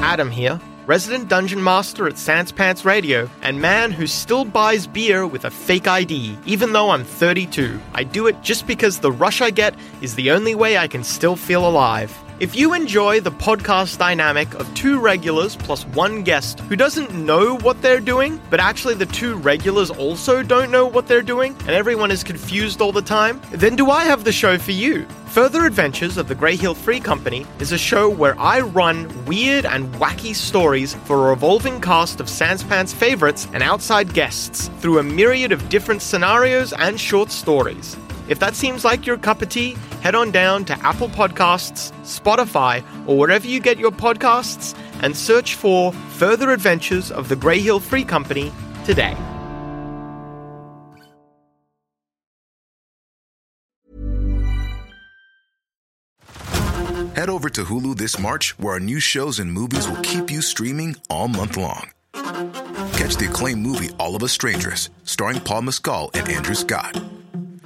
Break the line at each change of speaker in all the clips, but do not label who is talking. Adam here, resident dungeon master at Sans Pants Radio, and man who still buys beer with a fake ID, even though I'm 32. I do it just because the rush I get is the only way I can still feel alive. If you enjoy the podcast dynamic of two regulars plus one guest who doesn't know what they're doing, but actually the two regulars also don't know what they're doing, and everyone is confused all the time, then do I have the show for you? Further Adventures of the Grey Hill Free Company is a show where I run weird and wacky stories for a revolving cast of Sanspants favorites and outside guests through a myriad of different scenarios and short stories. If that seems like your cup of tea, head on down to Apple Podcasts, Spotify, or wherever you get your podcasts and search for Further Adventures of the Grey Hill Free Company today.
Head over to Hulu this March, where our new shows and movies will keep you streaming all month long. Catch the acclaimed movie All of Us Strangers, starring Paul Mescal and Andrew Scott.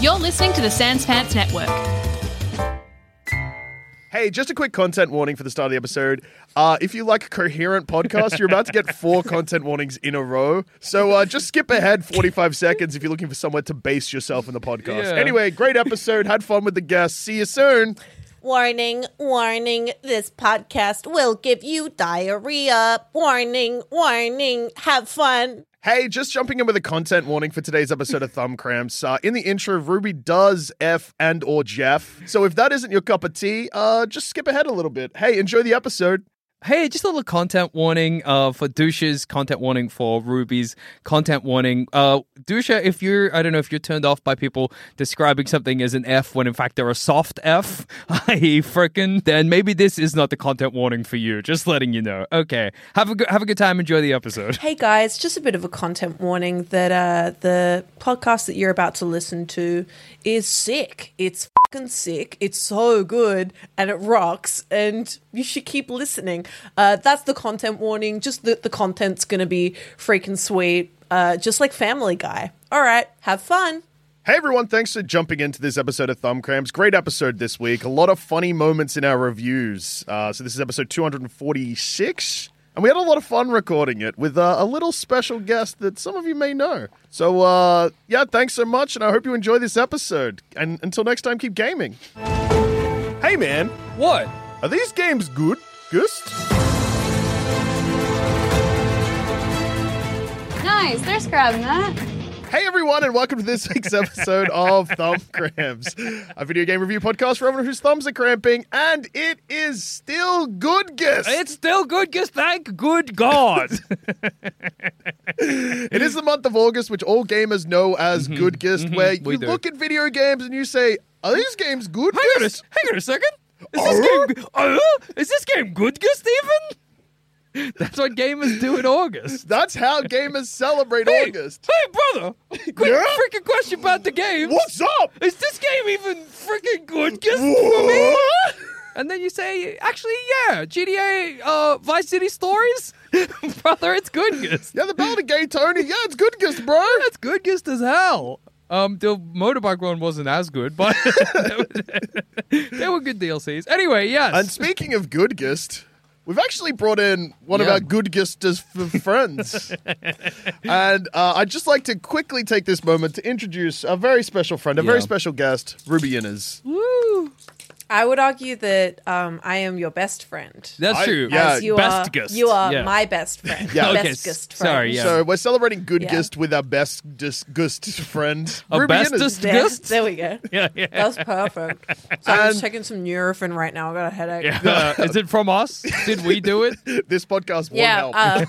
You're listening to the Sans Pants Network.
Hey, just a quick content warning for the start of the episode. Uh, if you like a coherent podcast, you're about to get four content warnings in a row. So uh, just skip ahead 45 seconds if you're looking for somewhere to base yourself in the podcast.
Yeah.
Anyway, great episode. Had fun with the guests. See you soon.
Warning, warning, this podcast will give you diarrhea. Warning, warning, have fun.
Hey, just jumping in with a content warning for today's episode of Thumb Cramps. Uh, in the intro, Ruby does F and or Jeff. So if that isn't your cup of tea, uh, just skip ahead a little bit. Hey, enjoy the episode.
Hey, just a little content warning uh, for douches, content warning for rubies, content warning. Uh, Dusha, if you're, I don't know if you're turned off by people describing something as an F when in fact they're a soft F, i.e., frickin', then maybe this is not the content warning for you. Just letting you know. Okay. Have a, good have a good time. Enjoy the episode.
Hey guys, just a bit of a content warning that uh, the podcast that you're about to listen to is sick. It's fucking sick. It's so good and it rocks, and you should keep listening. Uh, that's the content warning. Just that the content's going to be freaking sweet, uh, just like Family Guy. All right, have fun.
Hey everyone, thanks for jumping into this episode of Thumb Cramps. Great episode this week. A lot of funny moments in our reviews. Uh, so this is episode 246. And we had a lot of fun recording it with uh, a little special guest that some of you may know. So, uh, yeah, thanks so much, and I hope you enjoy this episode. And until next time, keep gaming. Hey, man,
What?
are these games good, Gust?
Nice, they're scrubbing that.
Hey, everyone, and welcome to this week's episode of Thumb Cramps, a video game review podcast for everyone whose thumbs are cramping, and it is still good, Gust.
It's still good, just thank good God.
It is the month of August, which all gamers know as Good Gist, where
Mm-hmm. we
you
do.
look at video games and you say, Are these games good?
hang, on a,
Gist?"
hang on a second. Is this
Uh?
game uh, is this game good, Gus Steven? That's what gamers do in August.
That's how gamers celebrate
Hey,
August.
Hey, brother! Quick
Yeah?
freaking question about the game.
What's up?
Is this game even freaking good, Gus?
What?
And then you say, actually, yeah, GTA uh, Vice City Stories? brother, it's good, Gus.
Yeah, the Ballad of Gay Tony. Yeah, it's Good Gist, bro.
That's good, Gus as hell. Um, the motorbike one wasn't as good, but they were good DLCs. Anyway, yes.
And speaking of Good Gist, we've actually brought in one of
Yeah.
our Good Gisters for friends. and uh, I'd just like to quickly take this moment to introduce a very special friend, a very
Yeah.
special guest, Ruby Innes.
Woo.
I would argue that um, I am your best friend.
That's
I-
true.
yeah.
As you
best
are,
guest.
You are
Yeah.
my best friend.
Yeah.
Okay,
Best guest friend.
sorry, yeah.
So we're celebrating good
Yeah.
gist with our best just gust friend.
Our
Ruby Innes.
bestest-
There,
Guest?
there we go.
Yeah, yeah.
That was perfect. So I'm
And-
just taking some Nurofen right now. I got a headache.
Uh, is it from us? Did we do it?
This podcast won't
Yeah,
help.
uh,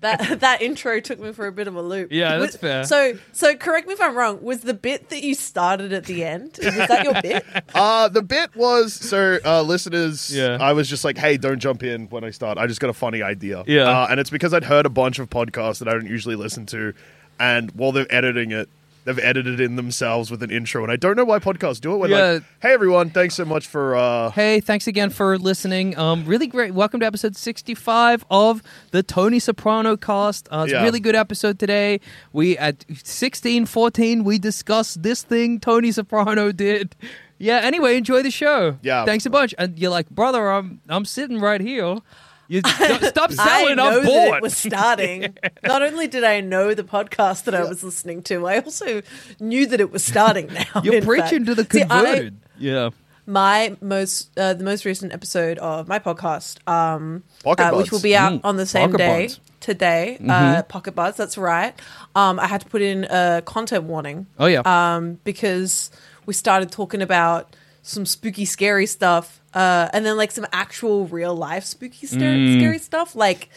that that intro took me for a bit of a loop.
Yeah,
Was-
that's fair.
So, so correct me if I'm wrong. Was the bit that you started at the end? Was that your bit?
Uh, the bit was so uh, listeners.
Yeah.
I was just like, hey, don't jump in when I start. I just got a funny idea.
Yeah.
uh, and it's because I'd heard a bunch of podcasts that I don't usually listen to, and while they're editing it. They've edited in themselves with an intro, and I don't know why podcasts do it. When like, hey everyone, thanks so much for uh,
Hey, thanks again for listening. Um, really great. Welcome to episode 65 of the Tony Soprano cast. Uh, it's
Yeah.
a really good episode today. We at 16, 14, we discussed this thing Tony Soprano did. Yeah, anyway, enjoy the show.
Yeah.
Thanks a bunch. And you're like, brother, I'm I'm sitting right here. You st- stop
I
selling,
know
I'm
that
bored.
it was starting. Not only did I know the podcast that I was listening to, I also knew that it was starting. Now
You're
in
preaching
fact.
to the
See, I-
converted. yeah.
my most uh, the most recent episode of my podcast, um,
Pocket Buds.
uh,
Mm-hmm.
which will be out
Mm,
on the same
Pocket
day
Buds.
today. Uh, Pocket Buds, that's right. Um, I had to put in a content warning.
Oh, yeah.
um, because we started talking about some spooky, scary stuff, uh, and then like some actual real life spooky, scar-
Mm.
scary stuff, like.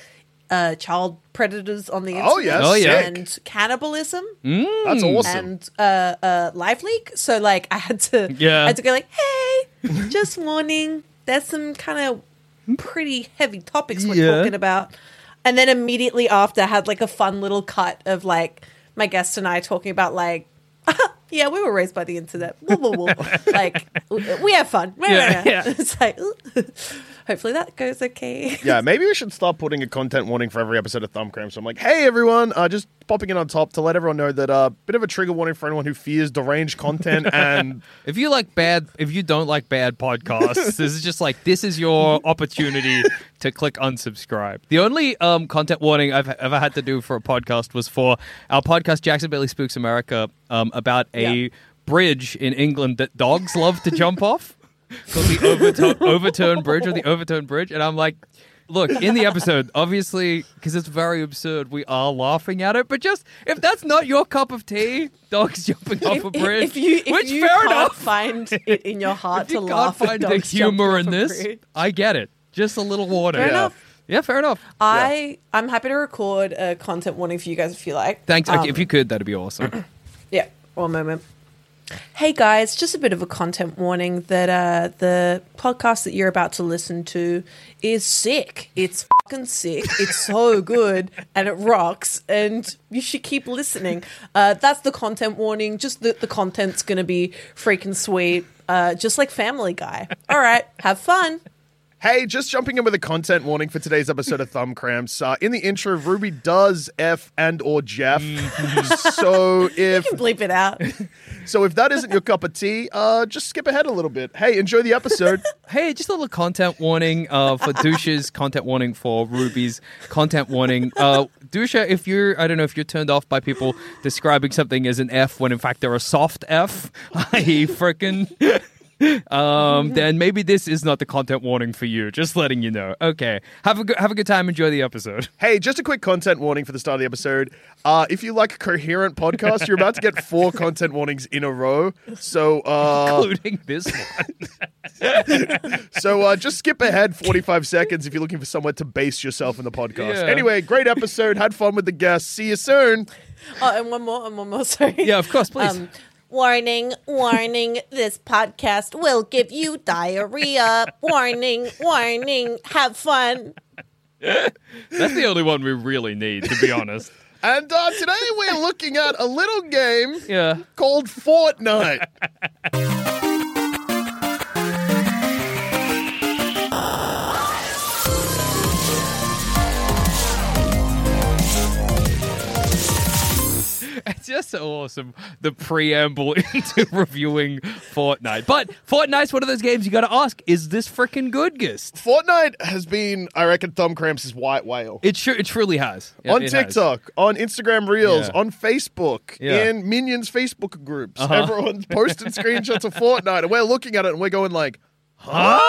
Uh, child predators on the internet
Oh, yeah, Oh,
yeah. Hmm.
sick.
and cannibalism
that's awesome.
and uh, uh, live leak. So like I had to
Yeah.
I had to go like, hey, just warning, there's some kind of pretty heavy topics we're
Yeah.
talking about. And then immediately after I had like a fun little cut of like my guest and I talking about like yeah, we were raised by the internet. Woo, woo, woo. like we we have fun.
Yeah, yeah.
It's like hopefully that goes okay.
yeah, maybe we should start putting a content warning for every episode of Thumbcramp. So I'm like, hey everyone, uh, just popping in on top to let everyone know that a uh, bit of a trigger warning for anyone who fears deranged content and
If you like bad, if you don't like bad podcasts, this is just like this is your opportunity to click unsubscribe. The only um, content warning I've ever had to do for a podcast was for our podcast Jackson Bailey Spooks America um, about a
Yeah.
bridge in England that dogs love to jump off called the Overton, Overturn Bridge or the Overturn Bridge, and I'm like. Look, in the episode, obviously, because it's very absurd, we are laughing at it. But just if that's not your cup of tea, dogs jumping off
If,
a
if-
bridge,
if you, if
which
you
fair
can't
enough,
find it in your heart
if you
to
can't
laugh at
find the
dogs
humor in
jumping off a
this,
bridge.
I get it. Just a little water.
Fair
yeah.
enough.
Yeah, fair enough.
I I'm happy to record a content warning for you guys if you like.
Thanks.
Um,
okay, if you could, that'd be awesome.
yeah, one moment. Hey guys, just a bit of a content warning that uh, the podcast that you're about to listen to is sick. It's fucking sick. It's so good and it rocks, and you should keep listening. Uh, that's the content warning. Just that the content's going to be freaking sweet, uh, just like Family Guy. All right, have fun.
Hey, just jumping in with a content warning for today's episode of Thumb Cramps. Uh, in the intro, Ruby does F and or Jeff. so if
Bleep it out.
so if that isn't your cup of tea, uh, just skip ahead a little bit. Hey, enjoy the episode.
hey, just a little content warning uh, for douches. content warning for rubies. Content warning, uh, Dusha. If you're, I don't know, if you're turned off by people describing something as an F when in fact they're a soft F, i.e., frickin'. Um, then maybe this is not the content warning for you. Just letting you know. Okay, have a good have a good time. Enjoy the episode.
hey, just a quick content warning for the start of the episode. Uh, if you like coherent podcasts, you're about to get four content warnings in a row. So uh,
including this one.
so uh, just skip ahead 45 seconds if you're looking for somewhere to base yourself in the podcast.
Yeah.
Anyway, great episode. Had fun with the guests. See you soon.
Oh, and one more, and one more. Sorry. Um,
Yeah, of course, please.
warning, warning. this podcast will give you diarrhea. Warning, warning. Have fun.
That's the only one we really need, to be honest.
And uh, today we're looking at a little game
Yeah.
called Fortnite.
It's just so awesome, the preamble into reviewing Fortnite. But Fortnite's one of those games you gotta ask, is this freaking good, Gist?
Fortnite has been, I reckon, Thumb Cramps' white whale.
It, sure, it truly has. Yeah,
on
it has.
TikTok, on Instagram Reels,
Yeah.
on Facebook,
Yeah. Uh-huh.
in Minions Facebook groups, everyone's posting screenshots of Fortnite, and we're looking at it and we're going like,
Huh?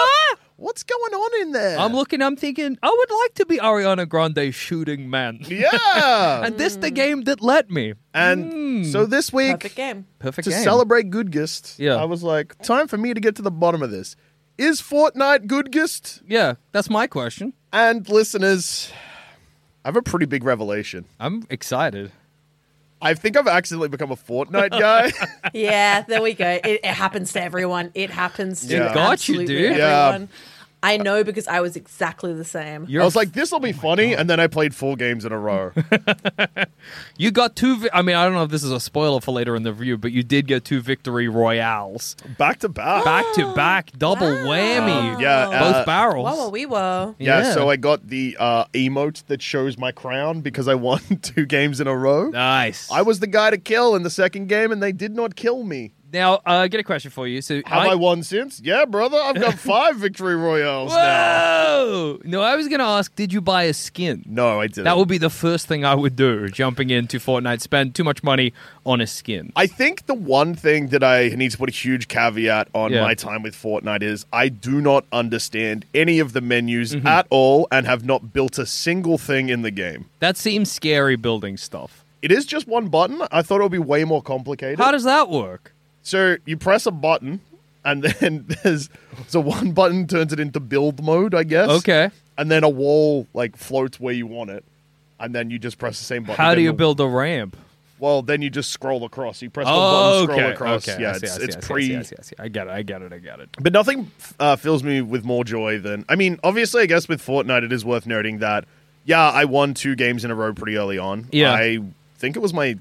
What's going on in there?
I'm looking, I'm thinking, I would like to be Ariana Grande shooting man.
Yeah.
And hmm. this the game that let me.
and so this week,
Perfect game.
Perfect
to
game.
celebrate Goodgist,
Yeah.
I was like, time for me to get to the bottom of this. Is Fortnite Goodgist?
Yeah, that's my question.
And listeners, I have a pretty big revelation.
I'm excited.
I think I've accidentally become a Fortnite guy.
Yeah, there we go. It, it happens to everyone. It happens to
Yeah.
Got you,
absolutely
dude.
Yeah.
everyone. I know because I was exactly the same.
I was like, this will
Oh
be funny. And then I played four games in a row.
You got two. Vi- I mean, I don't know if this is a spoiler for later in the review, but you did get two victory royales,
back to back.
back to back, double whammy.
Yeah.
both
uh,
barrels.
Whoa, we were.
Yeah,
Yeah.
so I got the uh, emote that shows my crown because I won two games in a row.
Nice.
I was the guy to kill in the second game, and they did not kill me.
now uh, get a question for you. So
Have I, won since? Yeah, brother. I've got five victory royales now.
Whoa! No, I was gonna ask. Did you buy a skin?
No, I didn't.
That would be the first thing I would do. Jumping into Fortnite, spend too much money on a skin.
I think the one thing that I need to put a huge caveat on
Yeah.
my time with Fortnite is I do not understand any of the menus
Mm-hmm.
at all and have not built a single thing in the game.
That seems scary. Building stuff.
It is just one button. I thought it would be way more complicated.
How does that work?
So you press a button, and then there's so one button turns it into build mode, I guess.
Okay.
And then a wall like floats where you want it, and then you just press the same button.
How
Then
do you
the-
build a ramp?
Well, then you just scroll across. You press one
Oh,
button, scroll
okay,
across.
okay.
Yeah,
I see,
it's,
I see,
it's
I see,
pre.
I, see, I, see, I see. I get it. I get it. I get it.
But nothing uh, fills me with more joy than I mean, obviously, I guess with Fortnite, it is worth noting that yeah, I won two games in a row pretty early on.
Yeah.
I think it was my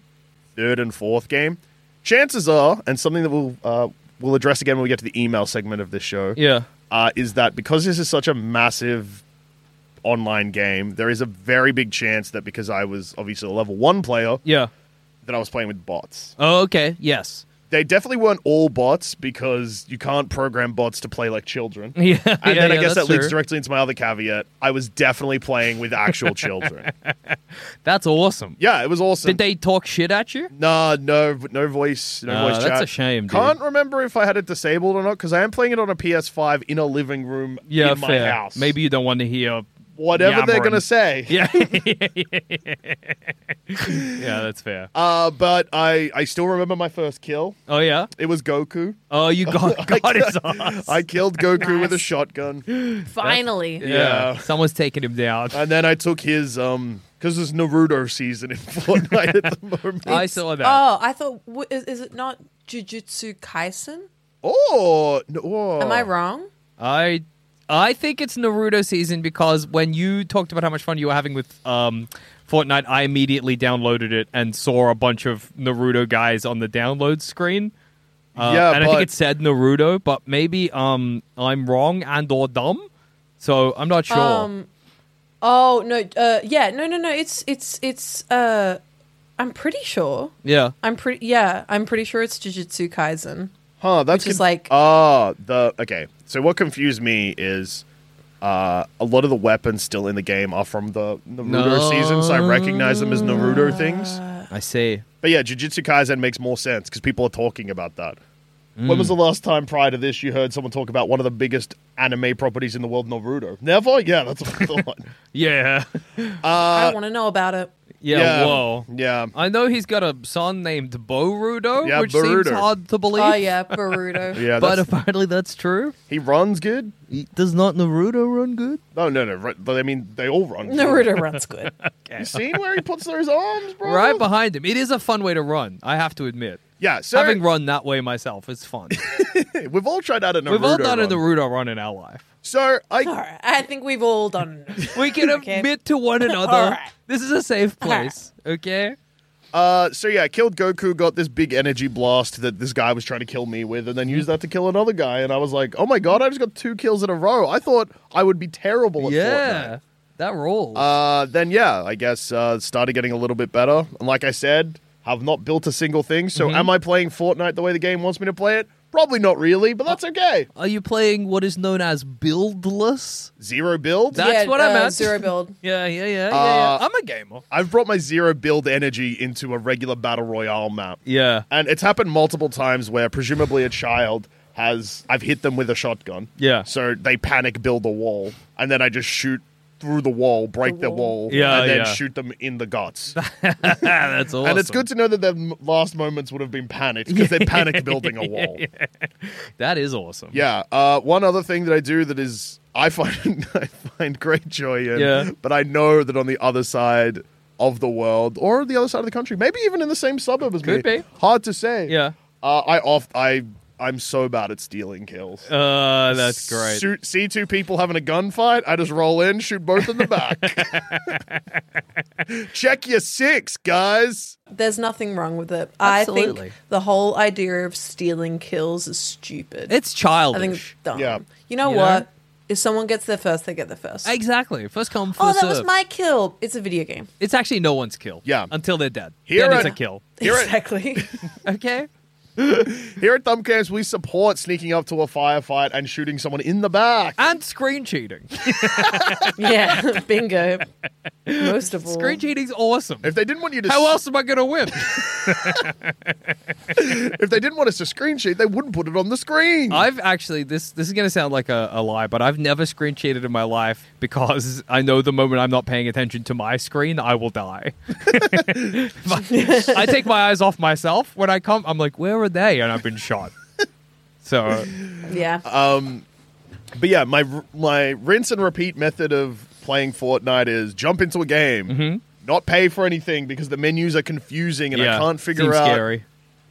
third and fourth game. Chances are, and something that we'll uh, we'll address again when we get to the email segment of this show,
Yeah.
uh, is that because this is such a massive online game, there is a very big chance that because I was obviously a level one player,
Yeah.
that I was playing with bots.
Oh, okay. Yes.
They definitely weren't all bots because you can't program bots to play like children.
Yeah.
And
yeah,
then I
yeah,
guess that
that's
leads
true.
directly into my other caveat. I was definitely playing with actual children.
That's awesome.
Yeah, it was awesome.
Did they talk shit at you?
Nah, no, no voice, no
Nah,
voice
that's
chat.
a shame, dude.
Can't remember if I had it disabled or not because I am playing it on a PS5 in a living room
Yeah,
in my
fair.
house.
Maybe you don't want to hear.
whatever they're
yammering.
gonna say.
Yeah. yeah, that's fair.
Uh, but I, I still remember my first kill.
oh yeah.
It was Goku.
Oh, you got got his ass.
I killed Goku with a
Nice.
shotgun,
Finally.
yeah.
Someone's taking him down.
and then I took his um because it's Naruto season in Fortnite at the moment.
I saw that.
Oh, I thought, w- is, is it not Jujutsu Kaisen?
oh, no, oh.
Am I wrong?
I I think it's Naruto season because when you talked about how much fun you were having with um, Fortnite, I immediately downloaded it and saw a bunch of Naruto guys on the download screen. Uh,
Yeah,
and I think
but-
it said Naruto, but maybe um, I'm wrong and or dumb, so I'm not sure.
Um, Oh no, uh, yeah, no, no, no. It's it's it's. Uh, I'm pretty sure.
yeah,
I'm pretty. Yeah, I'm pretty sure it's Jujutsu Kaisen.
Huh, that's
Which is like-
ah the okay. So what confused me is uh, a lot of the weapons still in the game are from the Naruto
No.
season, so I recognize them as Naruto things.
I see.
But yeah, Jujutsu Kaisen makes more sense because people are talking about that.
Hmm.
When was the last time prior to this you heard someone talk about one of the biggest anime properties in the world, Naruto? Never. Yeah, that's what I thought.
Yeah, Uh,
I want to know about it.
yeah. Whoa.
Yeah.
I know he's got a son named Boruto,
Yeah,
which seems
Boruto.
hard to believe.
Oh yeah, Boruto.
Yeah.
but
that's-
apparently that's true.
he runs good.
Does not Naruto run good?
No, no, no. ru- But I mean, they all run. good.
Naruto runs good.
You seen where he puts those arms, bro?
right behind him. It is a fun way to run. I have to admit.
Yeah. So
Having run that way myself is fun.
we've all tried out a Naruto.
We've all done a
run.
Naruto run in our life.
So I
All right, I think we've all done.
We can
Okay.
admit to one another.
All right.
This is a safe place. Okay.
uh, so yeah, I killed Goku, got this big energy blast that this guy was trying to kill me with, and then used that to kill another guy, and I was like, Oh my god, I just got two kills in a row. I thought I would be terrible at
Yeah. That rolls.
Fortnite. Uh then yeah, I guess uh started getting a little bit better. And like I said, have not built a single thing. So
Mm-hmm.
am I playing Fortnite the way the game wants me to play it? Probably not really, but that's okay.
Are you playing what is known as buildless?
Zero build.
That's
Yeah,
what I
uh,
meant.
zero build.
Yeah, yeah, yeah, yeah,
Uh,
yeah. I'm a gamer.
I've brought my zero build energy into a regular battle royale map.
Yeah.
And it's happened multiple times where presumably a child has I've hit them with a shotgun.
Yeah.
So they panic, build a wall, and then I just shoot through the wall, break their wall,
Yeah,
and then
yeah.
shoot them in the guts.
That's awesome.
And it's good to know that their m- last moments would have been panicked because they panic building a wall.
That is awesome.
Yeah. Uh, one other thing that I do that is I find I find great joy in,
Yeah.
but I know that on the other side of the world or the other side of the country, maybe even in the same suburb as
Could
me,
be.
hard to say.
Yeah.
Uh, I off I I'm so bad at stealing kills.
Uh, that's great.
Shoot, see two people having a gunfight. I just roll in, shoot both in the back. Check your six, guys.
There's nothing wrong with it. I
Absolutely.
think the whole idea of stealing kills is stupid.
It's
I think
childish.
it's dumb.
Yeah.
You know
You know?
what? If someone gets there first, they get there first.
exactly. First come,
oh,
first
that was
serve.
my kill. It's a video game.
It's actually no one's kill.
Yeah.
Until they're dead.
Here
then it's
I-
a kill.
Here at-
exactly.
Okay.
Here at Thumbcamps, we support sneaking up to a firefight and shooting someone in the back.
And screen cheating.
yeah. Bingo. Most of all.
screen cheating's awesome.
If they didn't want you to,
How
s-
else am I going to win?
If they didn't want us to screen sheet, they wouldn't put it on the screen.
I've actually this this is going to sound like a, a lie, but I've never screen cheated in my life because I know the moment I'm not paying attention to my screen, I will die. I take my eyes off myself when I come. I'm like, where are they? And I've been shot. So
Yeah.
But yeah, my my rinse and repeat method of playing Fortnite is jump into a game,
Mm-hmm.
not pay for anything because the menus are confusing and
yeah,
I can't figure
seems
out.
Scary.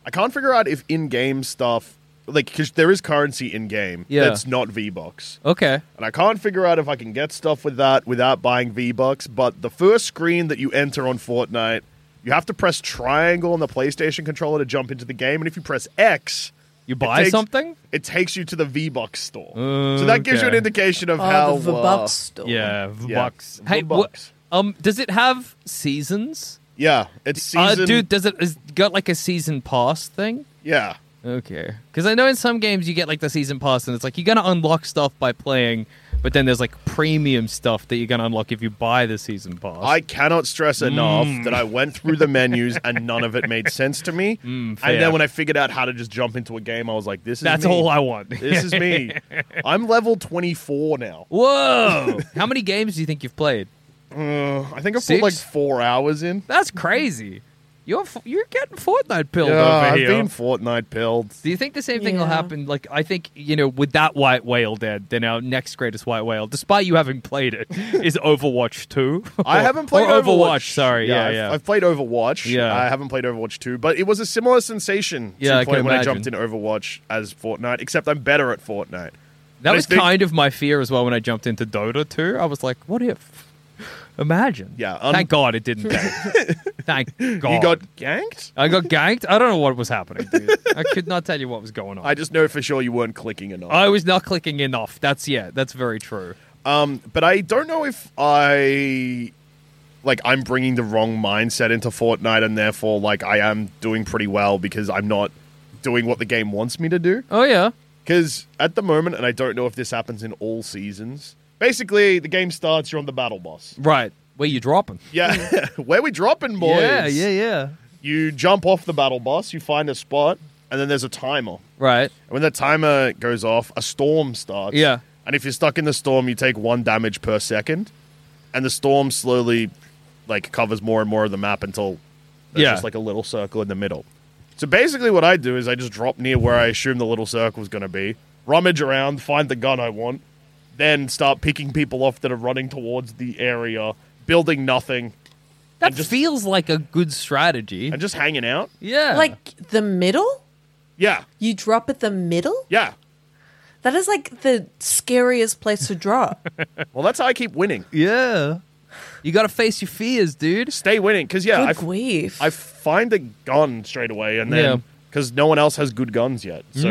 I can't figure out if in game stuff like because there is currency in game
Yeah.
that's not V Bucks.
Okay.
And I can't figure out if I can get stuff with that without buying V Bucks. But the first screen that you enter on Fortnite, you have to press triangle on the PlayStation controller to jump into the game. And if you press X,
You
it
buy
takes-
something?
It takes you to the V Bucks store. so that gives you an
Okay.
indication of
oh,
how.
the
uh,
Vabuck store.
Yeah, v
Yeah,
bucks. Hey, wha-
V-Bucks.
um, does it have seasons?
yeah, it's
Uh,
season.
dude, does it is got like a season pass thing?
yeah,
Okay. Because I know in some games you get like the season pass, and it's like you're gonna unlock stuff by playing, but then there's like premium stuff that you're gonna unlock if you buy the season pass.
I cannot stress enough that I went through the menus and none of it made sense to me.
Mm, fair.
and then when I figured out how to just jump into a game, I was like, "This is
That's
me.
all I want.
This is me. I'm level 24 now.
Whoa! How many games do you think you've played?
I think I put
Six?
like four hours in.
That's crazy. You're f- you're getting Fortnite pilled
Yeah,
over
I've
here.
been Fortnite pilled.
do you think the same thing will
Yeah.
happen? Like, I think you know, with that white whale dead, then our next greatest white whale, despite you having played it, is Overwatch Two.
I haven't played
or
Overwatch.
Overwatch. Sorry, yeah,
I've,
yeah.
I've played Overwatch.
Yeah.
I haven't played Overwatch 2, but it was a similar sensation
Yeah,
to
I can
play when I
imagine.
jumped in Overwatch as Fortnite, except I'm better at Fortnite.
That
And I
was
think-
kind of my fear as well when I jumped into Dota 2. I was like, what if? Imagine.
Yeah, um-
Thank God it didn't tank. Thank God.
You got ganked?
I got ganked. I don't know what was happening, dude. I could not tell you what was going on.
I
I,
just know for sure you weren't clicking enough.
was not clicking enough. That's, yeah, that's very true.
um, but I don't know if I like I'm bringing the wrong mindset into Fortnite and therefore like I am doing pretty well because I'm not doing what the game wants me to do.
Oh, yeah.
Because at the moment, and I don't know if this happens in all seasons, basically the game starts, you're on the battle boss.
Right. Where you dropping?
Yeah, where we dropping, boys?
Hmm. Yeah, yeah, yeah.
You jump off the battle boss, you find a spot, and then there's a timer.
Right.
And when that timer goes off, a storm starts.
Yeah.
And if you're stuck in the storm, you take one damage per second, and the storm slowly, like, covers more and more of the map until there's
Yeah.
just like a little circle in the middle. So basically, what I do is I just drop near where I assume the little circle's going to be, rummage around, find the gun I want, then start picking people off that are running towards the area, building nothing,
That
And just-
feels like a good strategy.
and just hanging out.
yeah.
Like the middle?
Yeah,
You drop at the middle?
yeah.
That is like the scariest place to drop.
Well, that's how I keep winning.
yeah. You got to face your fears, dude.
Stay winning, because yeah,
Good
I,
grief.
I find a gun straight away, and
Yeah.
then because no one else has good guns yet, so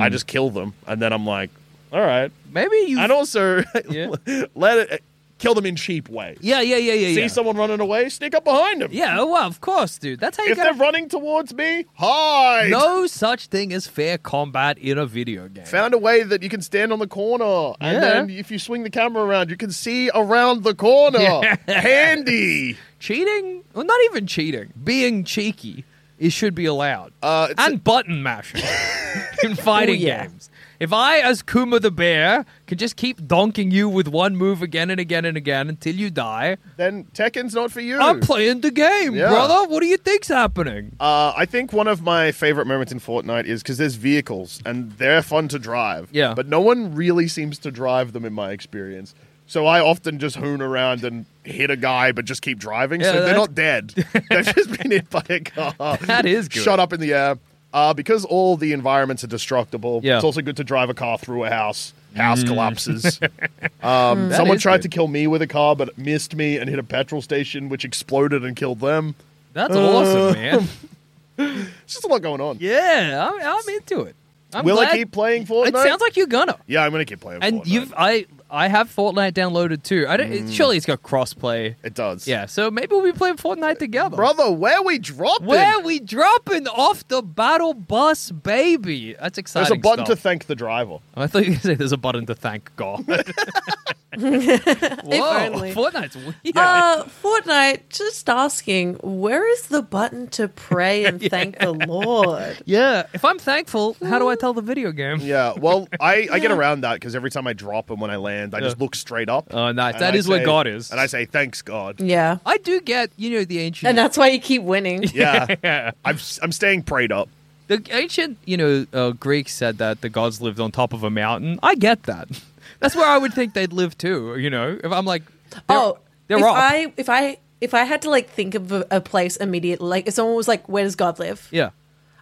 I just kill them, and then I'm like, all right.
Maybe Mm. you.
And also,
Yeah.
let it eh, kill them in cheap ways.
Yeah, yeah, yeah, yeah.
See
yeah.
someone running away, sneak up behind them.
Yeah, well, of course, dude. That's how you
If they're
got.
running towards me, hide.
No such thing as fair combat in a video game.
Found a way that you can stand on the corner, and
Yeah.
then if you swing the camera around, you can see around the corner. Handy.
cheating, well, not even cheating, being cheeky, it should be allowed.
Uh, it's-
and button mashing. in fighting
Oh, yeah.
games. If I, as Kuma the bear, can just keep donking you with one move again and again and again until you die,
Then Tekken's not for you.
I'm playing the game,
Yeah.
brother. What do you think's happening?
Uh, I think one of my favorite moments in Fortnite is because there's vehicles and they're fun to drive.
Yeah.
But no one really seems to drive them in my experience. So I often just hoon around and hit a guy, but just keep driving.
Yeah,
so they're
that's-
not dead. They've just been hit by a car.
That is good.
Shot up in the air. Uh, because all the environments are destructible,
Yeah. Mm.
it's also good to drive a car through a house. House collapses. um,
That
someone
is
tried
good.
to kill me with a car, but missed me and hit a petrol station, which exploded and killed them.
That's awesome, man.
It's just a lot going on.
Yeah, I'm, I'm into it. I'm
Will
glad-
I keep playing Fortnite?
It sounds like you're gonna.
Yeah, I'm gonna keep playing.
And
Fortnite.
you've I I have Fortnite downloaded too. I don't.
Mm.
it- Surely it's got crossplay.
it does.
Yeah, so maybe we'll be playing Fortnite together,
brother, where we dropping?
Where we dropping off the battle bus, baby? That's exciting.
There's a button to
stuff.
thank the driver.
I thought you were gonna say there's a button to thank God. Whoa,
only.
Fortnite's weird.
Uh, Fortnite, just asking, where is the button to pray and thank the Lord?
yeah, if I'm thankful, how do I tell the video game?
Yeah. Well, I, I get around that because every time I drop and when I land, I just
Yeah.
look straight up.
Oh, nice.
and
That
I
is where
say-
God is.
And I say thanks God.
Yeah.
I do get you know the ancient
And that's why you keep winning.
Yeah. I'm s- I'm staying prayed up.
The ancient, you know, uh, Greeks said that the gods lived on top of a mountain. I get that. That's where I would think they'd live too. You know, if I'm like, they're-
oh,
they're
if
up.
I if I if I had to like think of a, a place immediately, like if someone was like, "Where does God live?"
yeah,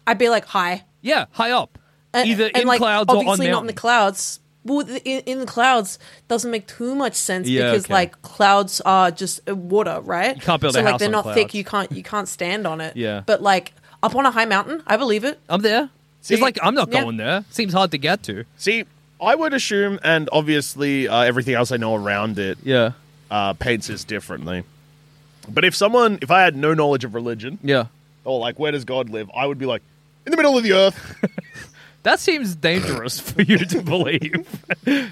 I'd be like, "Hi,"
yeah, high up,
And-
either
and,
in
like,
clouds or on
obviously not in the
mountain.
clouds. Well, the- in, in the clouds doesn't make too much sense
Yeah,
because
okay.
like clouds are just uh, water, right? You
can't build
so
a
like
house
they're
on
not
clouds.
thick. You can't you can't stand on it.
Yeah.
but like up on a high mountain, I believe it.
I'm there.
See?
it's like I'm not
Yeah.
going there. Seems hard to get to.
See, I would assume, and obviously uh, everything else I know around it
Yeah,
uh, paints this differently. But if someone, if I had no knowledge of religion,
yeah.
or like where does God live, I would be like in the middle of the earth.
That seems dangerous for you to believe.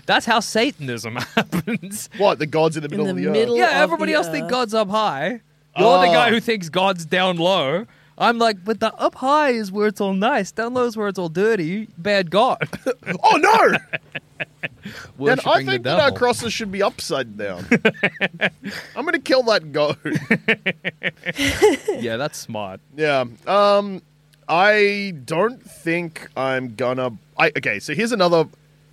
That's how Satanism happens.
What? The god's in the middle
the
of the uh, Oh.
middle-
earth.
Yeah,
of
everybody
the
else think
earth.
God's up high. You're the guy who thinks God's down low. I'm like, but the up high is where it's all nice. Down low is where it's all dirty. Bad God.
Oh no! then I
Worshipping the
think that our
devil.
crosses should be upside down. I'm gonna kill that goat.
yeah, that's smart.
yeah. Um I don't think I'm gonna I okay, so here's another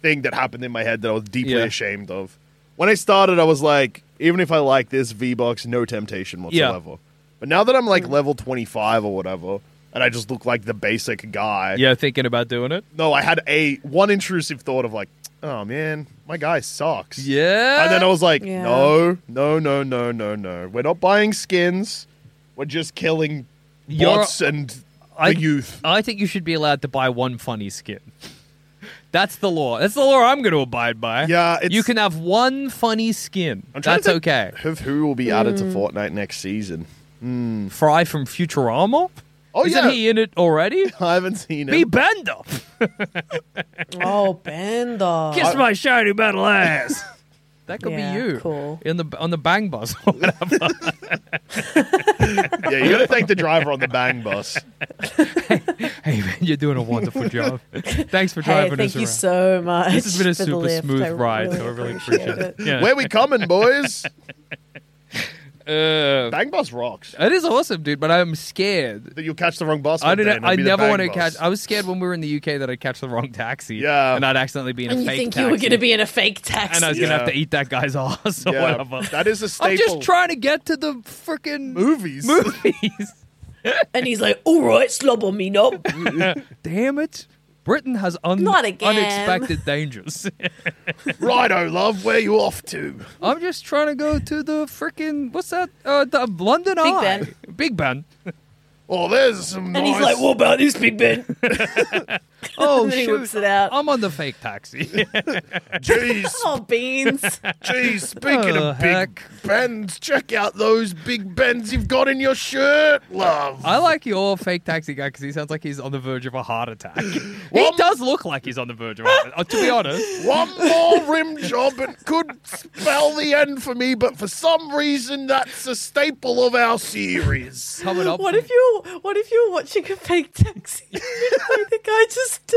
thing that happened in my head that I was deeply
Yeah.
ashamed of. When I started, I was like, even if I like this V Box, no temptation
Yeah.
whatsoever. But now that I'm like level twenty five or whatever, and I just look like the basic guy.
Yeah, thinking about doing it.
No, I had a one intrusive thought of like, oh man, my guy sucks.
Yeah.
And then I was like,
Yeah.
no, no, no, no, no, no. We're not buying skins. We're just killing
You're-
bots and
I-
the youth.
I think you should be allowed to buy one funny skin. That's the law. That's the law I'm going to abide by.
Yeah, it's-
you can have one funny skin.
I'm trying to
That's
think
okay.
Of who will be added
Mm.
to Fortnite next season?
Fry from Futurama.
Oh,
Isn't
yeah.
he in it already?
I haven't seen
Be
it.
Bender.
Oh, Bender.
Kiss my shiny metal ass. That could
Yeah,
be you
cool.
in the on the bang bus. or whatever.
yeah, you got to thank the driver on the bang bus.
hey man, you're doing a wonderful job. Thanks for
Hey,
driving
thank
us
you
around.
so much.
this has been a
for the
super
lift.
smooth
I
ride,
really
so I really
appreciate
appreciate
it.
it. Yeah.
Where we coming, boys?
Uh,
bang bus rocks.
It is awesome, dude, but I'm scared.
That you'll catch the wrong bus.
I
one day
don't.
and
know- I
it'll be the
never
bang
want to
bus.
catch. I was scared when we were in the UK that I'd catch the wrong taxi.
Yeah.
and I'd accidentally be in a
And you
fake
think
taxi.
you were going to be in a fake taxi?
and I was gonna have to
Yeah.
eat that guy's ass or
Yeah,
whatever.
that is a
I'm
staple.
just trying to get to the freaking
movies.
movies.
And he's like, all right, slob on me, knob.
Damn it! Britain has un-
Not again.
unexpected dangers.
Righto, love. Where you off to?
I'm just trying to go to the freaking what's that? Uh, the London
Big
Eye.
Ben.
Big Ben.
Oh, there's some.
And
nice...
he's like, what about this, Big Ben?
Oh
And then he
shoot!
whips it out.
I'm on the fake taxi.
Jeez,
oh, beans.
Geez, speaking
Oh,
of
heck.
Big Bends, check out those Big Bends you've got in your shirt, love.
I like your fake taxi guy because he sounds like he's on the verge of a heart attack. he
What?
does look like he's on the verge of. A heart attack, Uh, to be honest,
One more rim job and could spell the end for me, but for some reason that's a staple of our series.
coming up.
What if you're what if you're watching a fake taxi? and the guy just just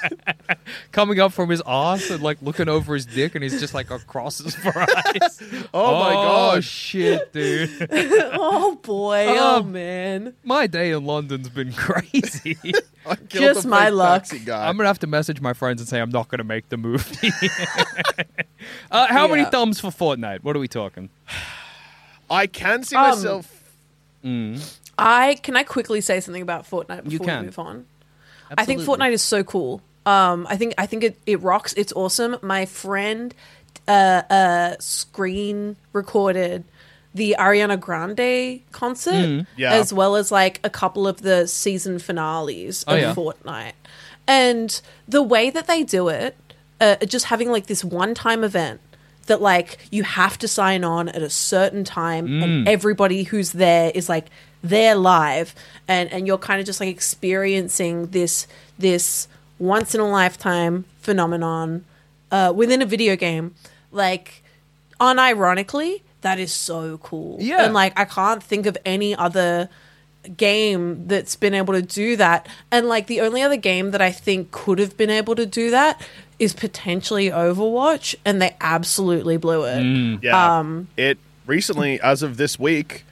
died.
coming up from his ass and like looking over his dick, and he's just like across his eyes.
Oh my
Oh
gosh.
shit, dude!
oh boy. Oh,
Oh.
man.
My day in London's been crazy.
I killed
Just
the
my
fake
luck.
taxi guy.
I'm gonna have to message my friends and say I'm not gonna make the movie. uh, how many
Yeah.
thumbs for Fortnite? What are we talking?
I can see
Um,
myself.
I can I quickly say something about Fortnite before
You
we
can.
move on. I think
Absolutely.
Fortnite is so cool. Um, I think I think it, it rocks. It's awesome. My friend uh, uh, screen recorded the Ariana Grande concert
Mm.
Yeah.
as well as like a couple of the season finales
Oh,
of
yeah.
Fortnite. And the way that they do it, uh, just having like this one time event that like you have to sign on at a certain time
Mm.
and everybody who's there is like they're live and and you're kind of just like experiencing this this once in a lifetime phenomenon uh, within a video game like unironically that is so cool
Yeah.
and like i can't think of any other game that's been able to do that. And like the only other game that I think could have been able to do that is potentially Overwatch, and they absolutely blew it.
Mm.
Yeah. it recently, as of this week,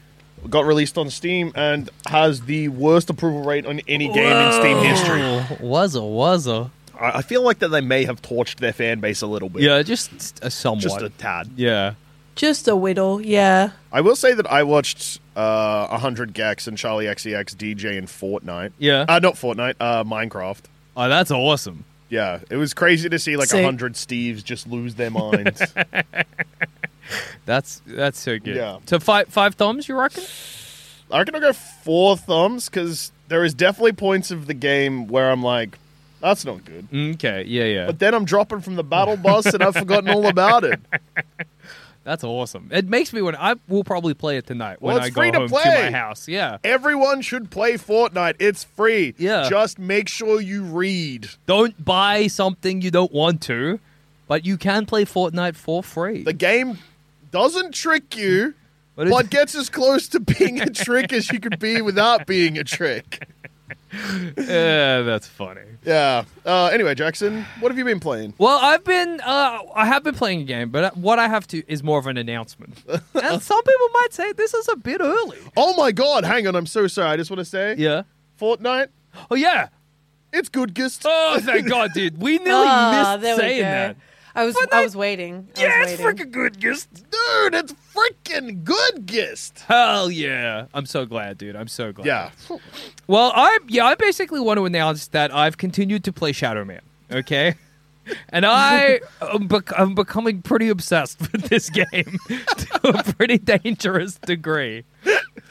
got released on Steam and has the worst approval rate on any game in Steam history.
was a was a
I I feel like that they may have torched their fan base a little bit.
yeah, just a somewhat.
Just a tad.
yeah.
Just a whittle, yeah.
I will say that I watched uh, 100 Gex and Charlie E XEX DJ in Fortnite.
Yeah.
Uh, not Fortnite, uh, Minecraft.
Oh, that's awesome.
Yeah. It was crazy to see like
Sick.
100 Steves just lose their minds.
That's that's so good.
Yeah.
So five five thumbs, you reckon?
I reckon I'll go four thumbs because there is definitely points of the game where I'm like, that's not good.
Okay. Yeah. Yeah.
Mm. But then I'm dropping from the battle bus and I've forgotten all about it.
That's awesome. It makes me when I will probably play it tonight
Well,
when
it's
I go
free to
home
play.
my house. Yeah.
Everyone should play Fortnite. It's free.
Yeah.
Just make sure you read.
Don't buy something you don't want to, but you can play Fortnite for free.
The game doesn't trick you,
But
but,
Mm. it-
gets as close to being a trick as you could be without being a trick.
yeah, that's funny.
Yeah. Uh, anyway, Jackson, what have you been playing?
Well, I've been uh, I have been playing a game, but what I have to is more of an announcement. and some people might say this is a bit early.
Oh my god, hang on, I'm so sorry. I just want to say
Yeah.
Fortnite,
Oh yeah.
it's good gist.
Oh thank God, dude. We nearly
Ah,
missed saying that.
I was
But
I
that-
was waiting. I
Yeah,
was
it's
waiting.
freaking good, just
Dude, it's freaking good gist.
hell yeah. I'm so glad, dude. I'm so glad.
Yeah.
Well, I yeah, I basically want to announce that I've continued to play Shadow Man. Okay. And I am bec- I'm becoming pretty obsessed with this game to a pretty dangerous degree.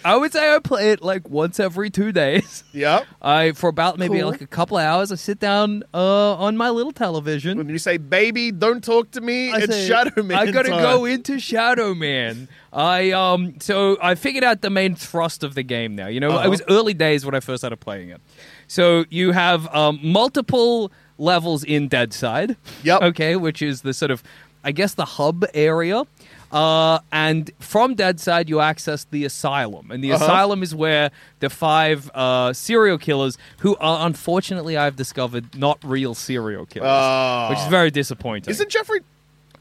I would say I play it like once every two days.
Yeah.
I for about maybe
Cool.
like a couple of hours. I sit down uh, on my little television.
When you say baby, don't talk to me,
I
it's
say,
Shadow Man.
I gotta
time.
go into Shadow Man. I um so I figured out the main thrust of the game now. You know,
Uh-huh.
it was early days when I first started playing it. So you have um, multiple levels in Deadside.
Yep.
Okay, which is the sort of I guess the hub area. Uh, and from Deadside, you access the asylum, and the
Uh-huh.
asylum is where the five uh, serial killers, who are unfortunately I've discovered not real serial killers,
Ah.
which is very disappointing.
Isn't Jeffrey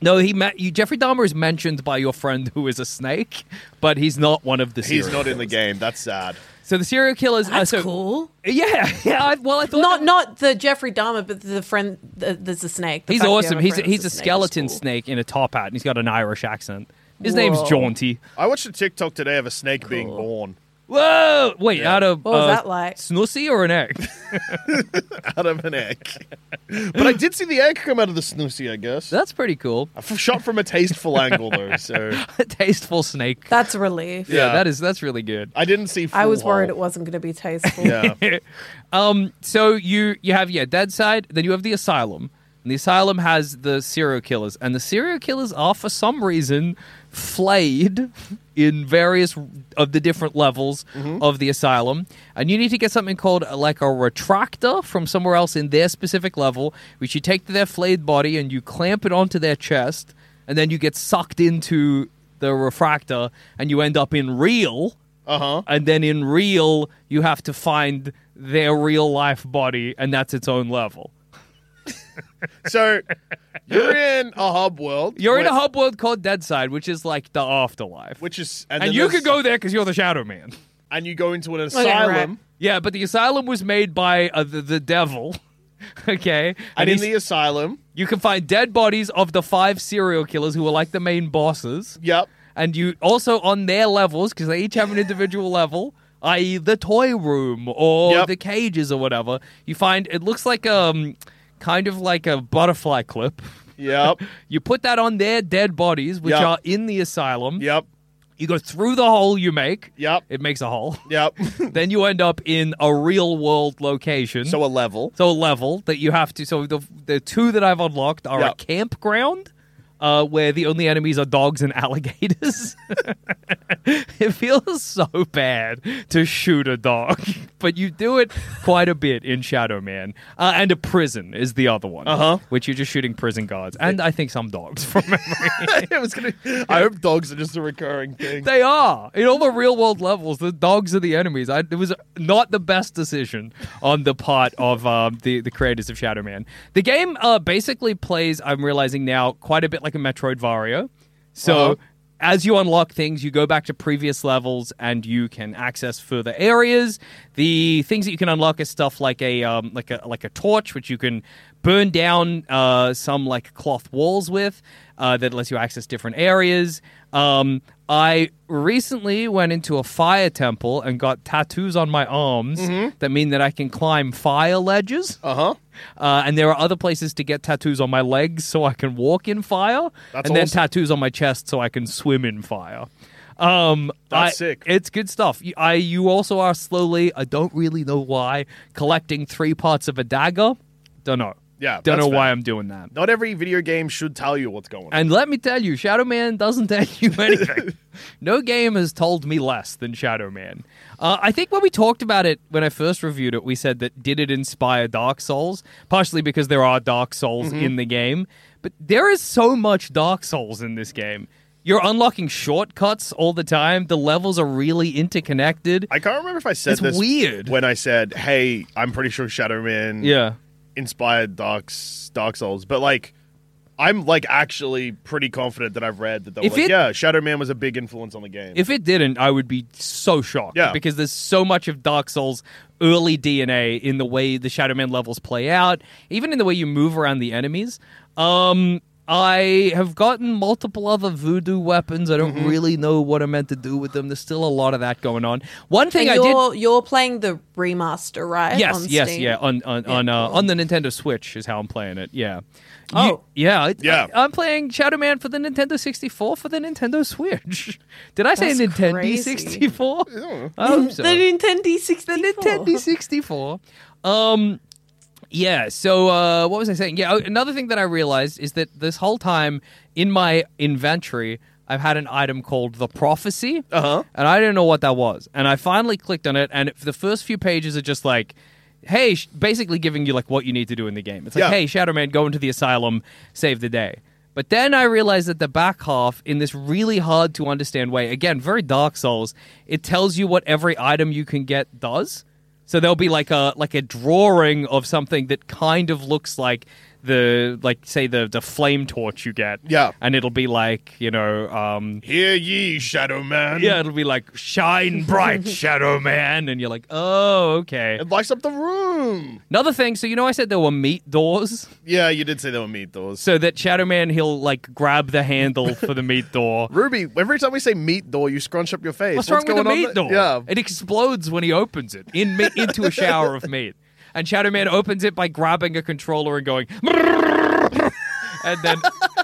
No, he met you. Jeffrey Dahmer is mentioned by your friend who is a snake, but he's not one of the.
He's
serial
not in the
killers.
game. That's sad.
So the serial killers.
That's
uh, so,
cool.
Yeah, yeah. I, well, I thought
Not
that-
not the Jeffrey Dahmer, but the friend the, there's the snake. The
he's
fact that you have
awesome. He's
friend
he's a
that's
skeleton
snake. is cool.
snake in a top hat, and he's got an Irish accent. His name's
Whoa.
Jaunty.
I watched a TikTok today of a snake being born
Whoa! Wait,
Yeah.
out of
What was
uh,
that like?
Snussy or an egg?
out of an egg. but I did see the egg come out of the snoozy, I guess.
That's pretty cool.
I f- shot from a tasteful angle though, so
A tasteful snake.
That's a relief.
yeah,
Yeah.
that is that's really good.
I didn't see. Full
I was worried it
hole.
wasn't going to be tasteful.
Yeah,
Um, so you you have yeah, dead side. Then you have the asylum, and the asylum has the serial killers, and the serial killers are for some reason flayed in various of the different levels of the asylum, and you need to get something called uh, like a retractor from somewhere else in their specific level, which you take to their flayed body and you clamp it onto their chest, and then you get sucked into the refractor, and you end up in real Uh-huh. And then in real, you have to find their real life body, and that's its own level.
So you're in a hub world.
You're in a
where-
hub world called Deadside, which is like the afterlife.
which is
and,
then
you
there's-
could go there because you're the Shadow Man.
and you go into an
right.
asylum.
Yeah, but the asylum was made by uh, the, the devil. okay, and,
And in
he's-
the asylum,
you can find dead bodies of the five serial killers who are like the main bosses.
yep.
And you also on their levels, because they each have an individual level, i.e., the toy room or
Yep.
the cages or whatever, you find it looks like um kind of like a butterfly clip.
Yep.
You put that on their dead bodies, which
Yep.
are in the asylum.
yep.
You go through the hole you make.
Yep.
It makes a hole.
Yep.
then you end up in a real world location.
so a level.
So a level that you have to. So the the two that I've unlocked are
Yeah.
a campground. Uh, where the only enemies are dogs and alligators. it feels so bad to shoot a dog, but you do it quite a bit in Shadow Man. Uh, and a prison is the other one, uh-huh. which you're just shooting prison guards, and I think some dogs from memory.
I was gonna. I hope dogs are just a recurring thing.
They are. In all the real world levels, the dogs are the enemies. I, it was not the best decision on the part of um, the, the creators of Shadow Man. The game uh, basically plays, I'm realizing now, quite a bit like a Metroidvania. So. As you unlock things, you go back to previous levels and you can access further areas. The things that you can unlock is stuff like a um, like a like a torch, which you can burn down uh, some like cloth walls with uh, that lets you access different areas. Um, I recently went into a fire temple and got tattoos on my arms that mean that I can climb fire ledges. Uh-huh. And there are other places to get tattoos on my legs so I can walk in fire,
That's
and then
awesome.
tattoos on my chest so I can swim in fire. Um,
That's
I-
sick.
It's good stuff. You- I you also are slowly. I don't really know why collecting three parts of a dagger. Don't know.
Yeah,
don't
that's
know why
fair.
I'm doing that.
Not every video game should tell you what's going on.
And let me tell you, Shadow Man doesn't tell you anything. no game has told me less than Shadow Man. Uh, I think when we talked about it, when I first reviewed it, we said that did it inspire Dark Souls? Partially because there are Dark Souls in the game, but there is so much Dark Souls in this game. You're unlocking shortcuts all the time. The levels are really interconnected.
I can't remember if I said
It's
this
weird.
when I said, "Hey, I'm pretty sure Shadow Man
yeah.
inspired Dark S- Dark Souls," but like. I'm like actually pretty confident that I've read that. They were
If
like,
it-
yeah, Shadow Man was a big influence on the game.
If it didn't, I would be so shocked.
Yeah.
Because there's so much of Dark Souls' early DNA in the way the Shadow Man levels play out, even in the way you move around the enemies. Um, I have gotten multiple other voodoo weapons. I don't really know what I'm meant to do with them. There's still a lot of that going on. One thing
And
I did.
you're you're playing the remaster, right?
Yes,
on
yes,
Steam?
yeah. On on on, uh, on the Nintendo Switch is how I'm playing it. Yeah. You-
Oh.
yeah, it-
Yeah.
I, am playing Shadow Man for the Nintendo 64 for the Nintendo Switch. Did I say
That's
Nintendo
crazy.
64? I hope Oh, so.
The Nintendo
The
64.
Nintendo 64. Um, yeah. So uh, what was I saying? Yeah. oh, Another thing that I realized is that this whole time in my inventory. I've had an item called the prophecy, uh-huh. and I didn't know what that was. And I finally clicked on it, and it, the first few pages are just like, "Hey," sh- basically giving you like what you need to do in the game. It's like,
Yeah.
"Hey, Shadow Man, go into the asylum, save the day." But then I realized that the back half, in this really hard to understand way, again, very Dark Souls, it tells you what every item you can get does. So there'll be like a like a drawing of something that kind of looks like the like say the the flame torch you get.
Yeah.
and it'll be like you know um,
Hear ye, Shadow Man.
yeah, it'll be like shine bright, Shadow Man, and you're like, oh, okay.
It lights up the room.
Another thing, so you know, I said there were meat doors,
Yeah, you did say they were meat doors.
so that Shadow Man he'll like grab the handle for the meat door.
Ruby, every time we say meat door, you scrunch up your face.
What's, wrong with the
going
meat
on
door?
there? Yeah.
It explodes when he opens it in me- into a shower of meat. And Shadow Man opens it by grabbing a controller and going, and then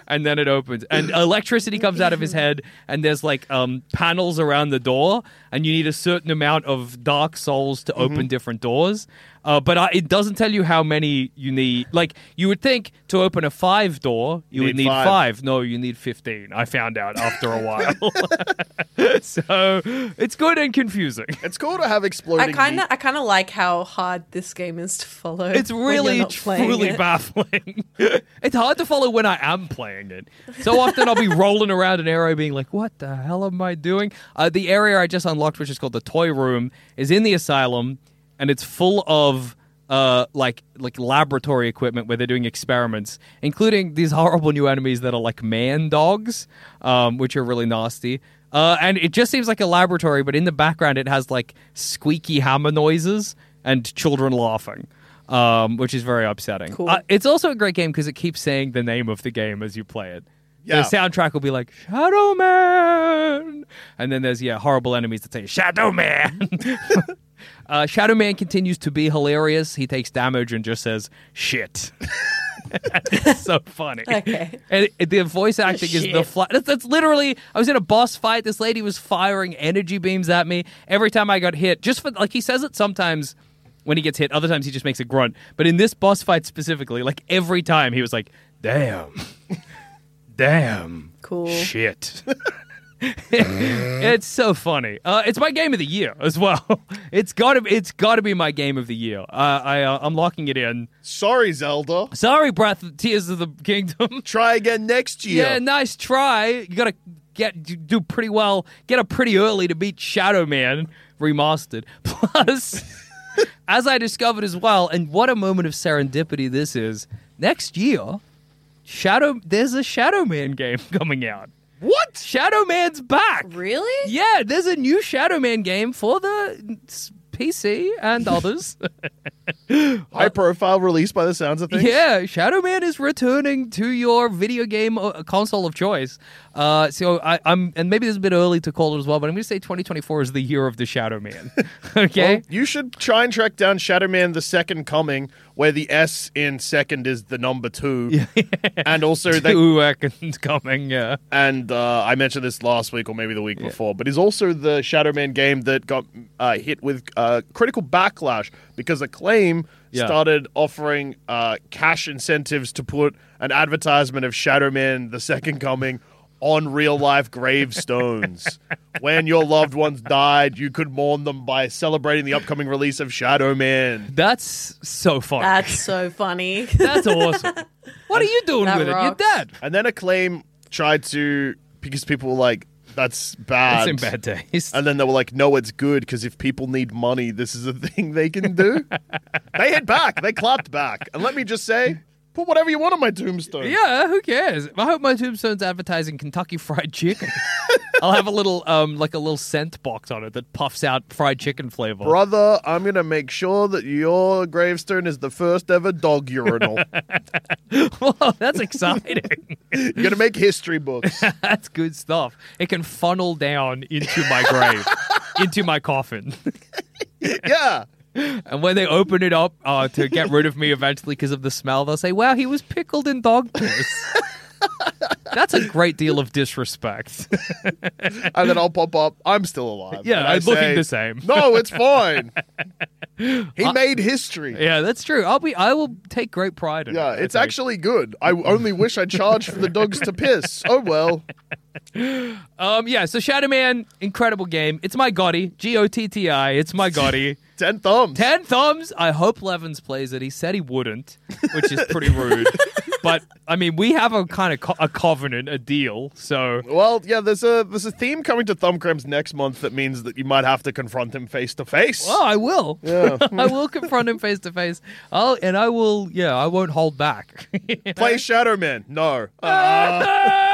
and then it opens, and electricity comes out of his head, and there's like um, panels around the door, and you need a certain amount of Dark Souls to open
Mm-hmm.
different doors. Uh, but I, it doesn't tell you how many you need. Like you would think to open a five door, you would
Need
need
five.
five. No, you need fifteen. I found out after a while. so it's good and confusing.
It's cool to have exploding.
I kind of
meat.
I kind of like how hard this game is to follow.
It's
when you're
really
not playing
truly
it.
baffling. it's hard to follow when I am playing enjoying it. So often I'll be rolling around an area being like, what the hell am I doing? Uh, the area I just unlocked, which is called the toy room, is in the asylum and it's full of uh, like like laboratory equipment where they're doing experiments, including these horrible new enemies that are like man dogs, um, which are really nasty. Uh, and it just seems like a laboratory, but in the background it has like squeaky hammer noises and children laughing, um, which is very upsetting.
Cool.
Uh, it's also a great game because it keeps saying the name of the game as you play it.
Yeah.
The soundtrack will be like Shadow Man, and then there's yeah horrible enemies that say Shadow Man. Uh, Shadow Man continues to be hilarious. He takes damage and just says shit. it's so funny.
Okay.
And it, the voice acting is the
Shit.
fly. That's, that's literally. I was in a boss fight. This lady was firing energy beams at me every time I got hit. Just for like he says it sometimes when he gets hit. Other times he just makes a grunt. But in this boss fight specifically, like every time he was like, "Damn, damn,
Cool.
shit." it's so funny. Uh, it's my game of the year as well. It's gotta. It's gotta be my game of the year. Uh, I uh, I'm locking it in.
Sorry, Zelda.
Sorry, Breath of Tears of the Kingdom.
Try again next year.
Yeah, nice try. You gotta get you do pretty well. Get up pretty early to beat Shadow Man remastered. Plus, as I discovered as well, and what a moment of serendipity this is. Next year, Shadow there's a Shadow Man game coming out. What? Shadow Man's back.
Really?
Yeah, there's a new Shadow Man game for the s- PC and others.
High profile release by the sounds of things.
Yeah, Shadow Man is returning to your video game uh, console of choice. Uh, so I, I'm, and maybe this is a bit early to call it as well, but I'm going to say 2024 is the year of the Shadow Man. okay.
Well, you should try and track down Shadow Man the Second Coming, where the S in second is the number two. And also, they,
Two Atkins coming. Yeah.
and uh, I mentioned this last week or maybe the week before, but is also the Shadow Man game that got uh, hit with uh, critical backlash because Acclaim
Yeah.
started offering uh, cash incentives to put an advertisement of Shadow Man the Second Coming. On real life gravestones. when your loved ones died, you could mourn them by celebrating the upcoming release of Shadow Man.
That's so funny.
That's so funny.
That's awesome. What are you doing
That
with
rocks.
it? You're dead.
And then Acclaim tried to because people were like, "That's bad."
It's in bad taste.
And then they were like, "No, it's good because if people need money, this is a thing they can do." they hit back. They clapped back. And let me just say, put whatever you want on my tombstone.
Yeah, who cares? I hope my tombstone's advertising Kentucky Fried Chicken. I'll have a little, um, like a little scent box on it that puffs out fried chicken flavor.
Brother, I'm gonna make sure that your gravestone is the first ever dog urinal.
Whoa, that's exciting.
You're gonna make history books.
That's good stuff. It can funnel down into my grave, into my coffin.
yeah.
And when they open it up uh, to get rid of me eventually because of the smell, they'll say, wow, he was pickled in dog piss. That's a great deal of disrespect.
And then I'll pop up. I'm still alive.
Yeah,
And I
I'm looking
say,
the same.
No, it's fine. he made history.
yeah, that's true. I'll be. I will take great pride in
Yeah,
it. I
it's
think.
actually good. I only wish I charged for the dogs to piss. Oh well.
Um, yeah. So Shadow Man, incredible game. It's my Gotti, G O T T I. It's my Gotti.
Ten thumbs.
Ten thumbs. I hope Levins plays it. He said he wouldn't, which is pretty rude. but I mean, we have a kind of co- a covenant, a deal. So
Well, yeah, there's a there's a theme coming to Thumbcramps next month that means that you might have to confront him face to face.
Oh, I will. I will confront him face to face. I'll and I will. Yeah, I won't hold back.
Play Shadow Man. No. Uh,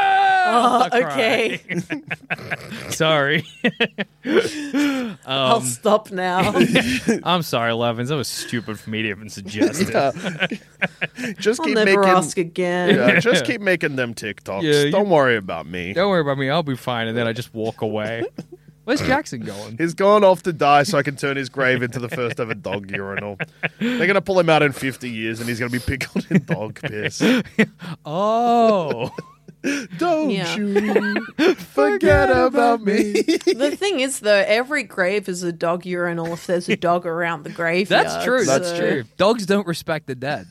oh,
Ah, I
okay.
cried. Sorry. Um,
I'll stop now.
I'm sorry, Levins. That was stupid for me to even suggest it.
yeah. just
I'll
keep
never
making.
ask again.
yeah, just keep making them TikToks.
Yeah, you-
Don't worry about me.
Don't worry about me. I'll be fine. And then I just walk away. Where's Jackson going?
He's gone off to die so I can turn his grave into the first ever dog urinal. They're gonna pull him out in fifty years and he's gonna be pickled in dog piss.
Oh,
Don't
Yeah.
you forget about me.
The thing is, though, every grave is a dog urinal if there's a dog around the graveyard.
that's true.
so-
That's true. Dogs don't respect the dead.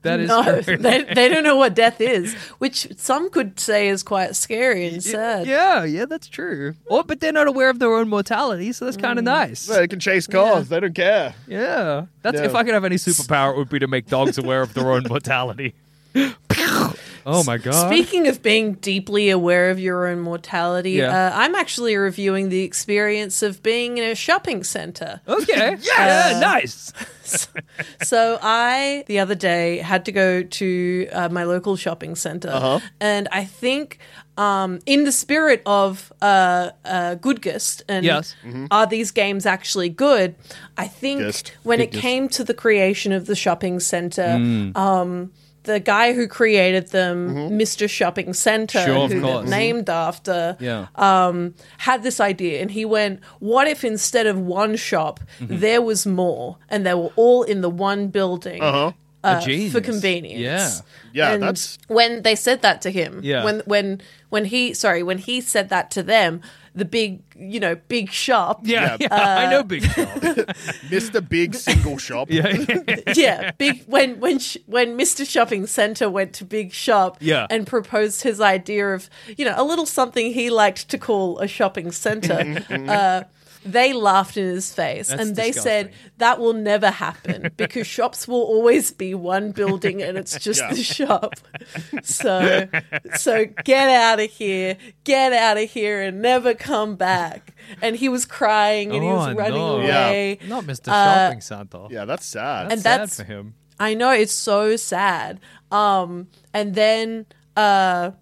That is
No,
true.
they, they don't know what death is, which some could say is quite scary and sad.
Yeah, yeah, that's true. Or, but they're not aware of their own mortality, so that's
Mm.
kind of nice.
They can chase cars. They don't care.
Yeah, that's
Yeah.
if I could have any superpower, it would be to make dogs aware of their own mortality. Oh my god.
Speaking of being deeply aware of your own mortality,
Yeah.
uh, I'm actually reviewing the experience of being in a shopping center.
Okay. yeah. Nice.
so I the other day had to go to uh, my local shopping center,
Uh-huh.
and I think. Um, in the spirit of uh, uh, Goodgist and
Yes.
are these games actually good? I think
Mm-hmm. Gist.
when it came to the creation of the shopping center,
Hmm.
um, the guy who created them,
Mm-hmm.
Mr. Shopping Center,
Sure, of
who they're
course.
named after,
Yeah.
had this idea and he went, What if instead of one shop,
Mm-hmm.
there was more and they were all in the one building
Uh-huh.
uh,
genius.
for convenience?
Yeah.
Yeah,
And
that's-
when they said that to him.
Yeah.
When when when he sorry, when he said that to them, the big you know, big shop.
Yeah. yeah.
Uh,
I know Big Shop.
Mr. Big Single Shop.
yeah, big when when sh- when Mr. Shopping Center went to Big Shop
Yeah.
and proposed his idea of you know a little something he liked to call a shopping center. uh, they laughed in his face
Mm-hmm, That's
and they said
disgusting.
that will never happen because shops will always be one building and it's just
Yeah.
the shop. So so get out of here, get out of here and never come back. And he was crying and he
Oh,
was running
no.
Yeah.
away.
Not Mr. Shopping Santa.
Yeah, that's sad.
And
Sad
Uh, that's
for him.
I know it's so sad. Um, and then uh,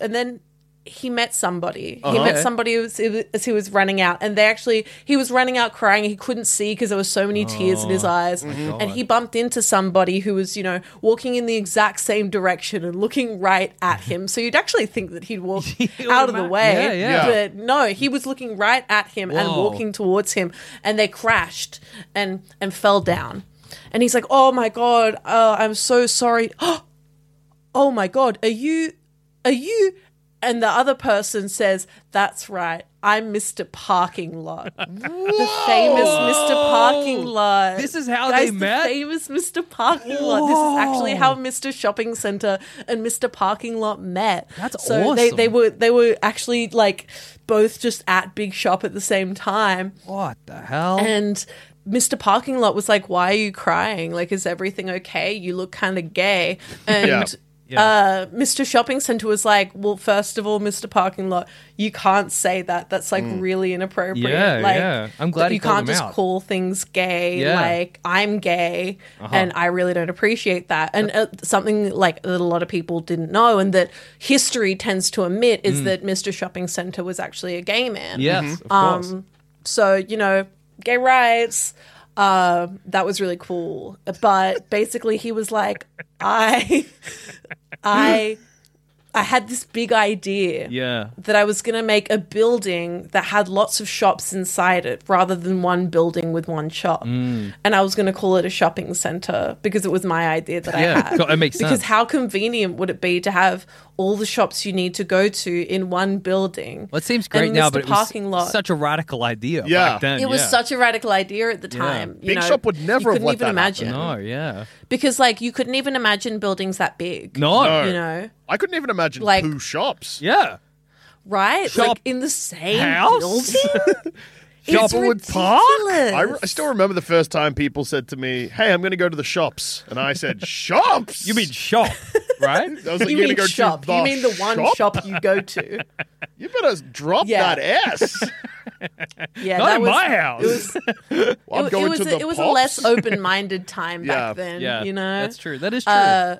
and then he met somebody.
Uh-huh.
He met somebody as, as he was running out, and they actually he was running out crying. He couldn't see because there were so many tears in his
Oh
eyes, and he bumped into somebody who was you know walking in the exact same direction and looking right at him. So you'd actually think that he'd walk out of the
imagine-
way,
Yeah, yeah.
but no, he was looking right at him and
Whoa.
walking towards him and they crashed and and fell down and he's like oh my god uh, i'm so sorry oh my god are you are you and the other person says that's right i'm mr parking lot the famous mr parking lot
This is how
Guys,
they
the
met?
famous mr parking lot this is actually how mr shopping center and mr parking lot met
That's
so they,
awesome.
they were they were actually like both just at big shop at the same time
What the hell?
and Mr. Parking Lot was like, Why are you crying? Like, is everything okay? You look kind of gay. And
Yeah.
Uh, Mr. Shopping Center was like, Well, first of all, Mr. Parking Lot, you can't say that. That's like really inappropriate.
Yeah,
like,
yeah. I'm glad
that
he
you
called
can't
him
just
out.
call things gay.
Yeah. Uh-huh.
Like, I'm gay and I really don't appreciate that. And uh, something like that a lot of people didn't know and that history tends to omit
Mm.
is that Mr. Shopping Center was actually a gay man.
yes, of course.
um, So, you know, gay rights. Uh, that was really cool. But basically he was like, I I I had this big idea
yeah.
that I was gonna make a building that had lots of shops inside it rather than one building with one shop.
Mm.
And I was gonna call it a shopping center because it was my idea that I
Yeah,
had.
God, it makes
because
sense.
how convenient would it be to have all the shops you need to go to in one building?
Well, it seems
And
great now,
Mr.
but it
parking
was
lot.
such a radical idea
Yeah.
back then.
It was
yeah.
such a radical idea at the time. You
Big
know,
Shop would never
you
have
couldn't
let
even
that
imagine
No, Oh, yeah.
because like you couldn't even imagine buildings that big.
No.
you know,
I couldn't even imagine
Like-
two shops.
Yeah.
right?
Shop
like in the same
house?
building.
Shop
it's
would
ridiculous.
park?
I, re- I still remember the first time people said to me, "Hey, I'm going to go to the shops," and I said, "Shops?
You mean shop, right?
I was like,
you
"You're
mean
gonna go
shop?
To the
you mean the one
shop?
shop you go to?
You better drop
Yeah.
that S.
Yeah,
Not
that
in
was,
my house.
It was,
Well, I'm
it,
going
was
to
a,
the
it was a
pops.
less open-minded time
Yeah.
back then.
yeah.
you know, Uh,
That's true. That is true.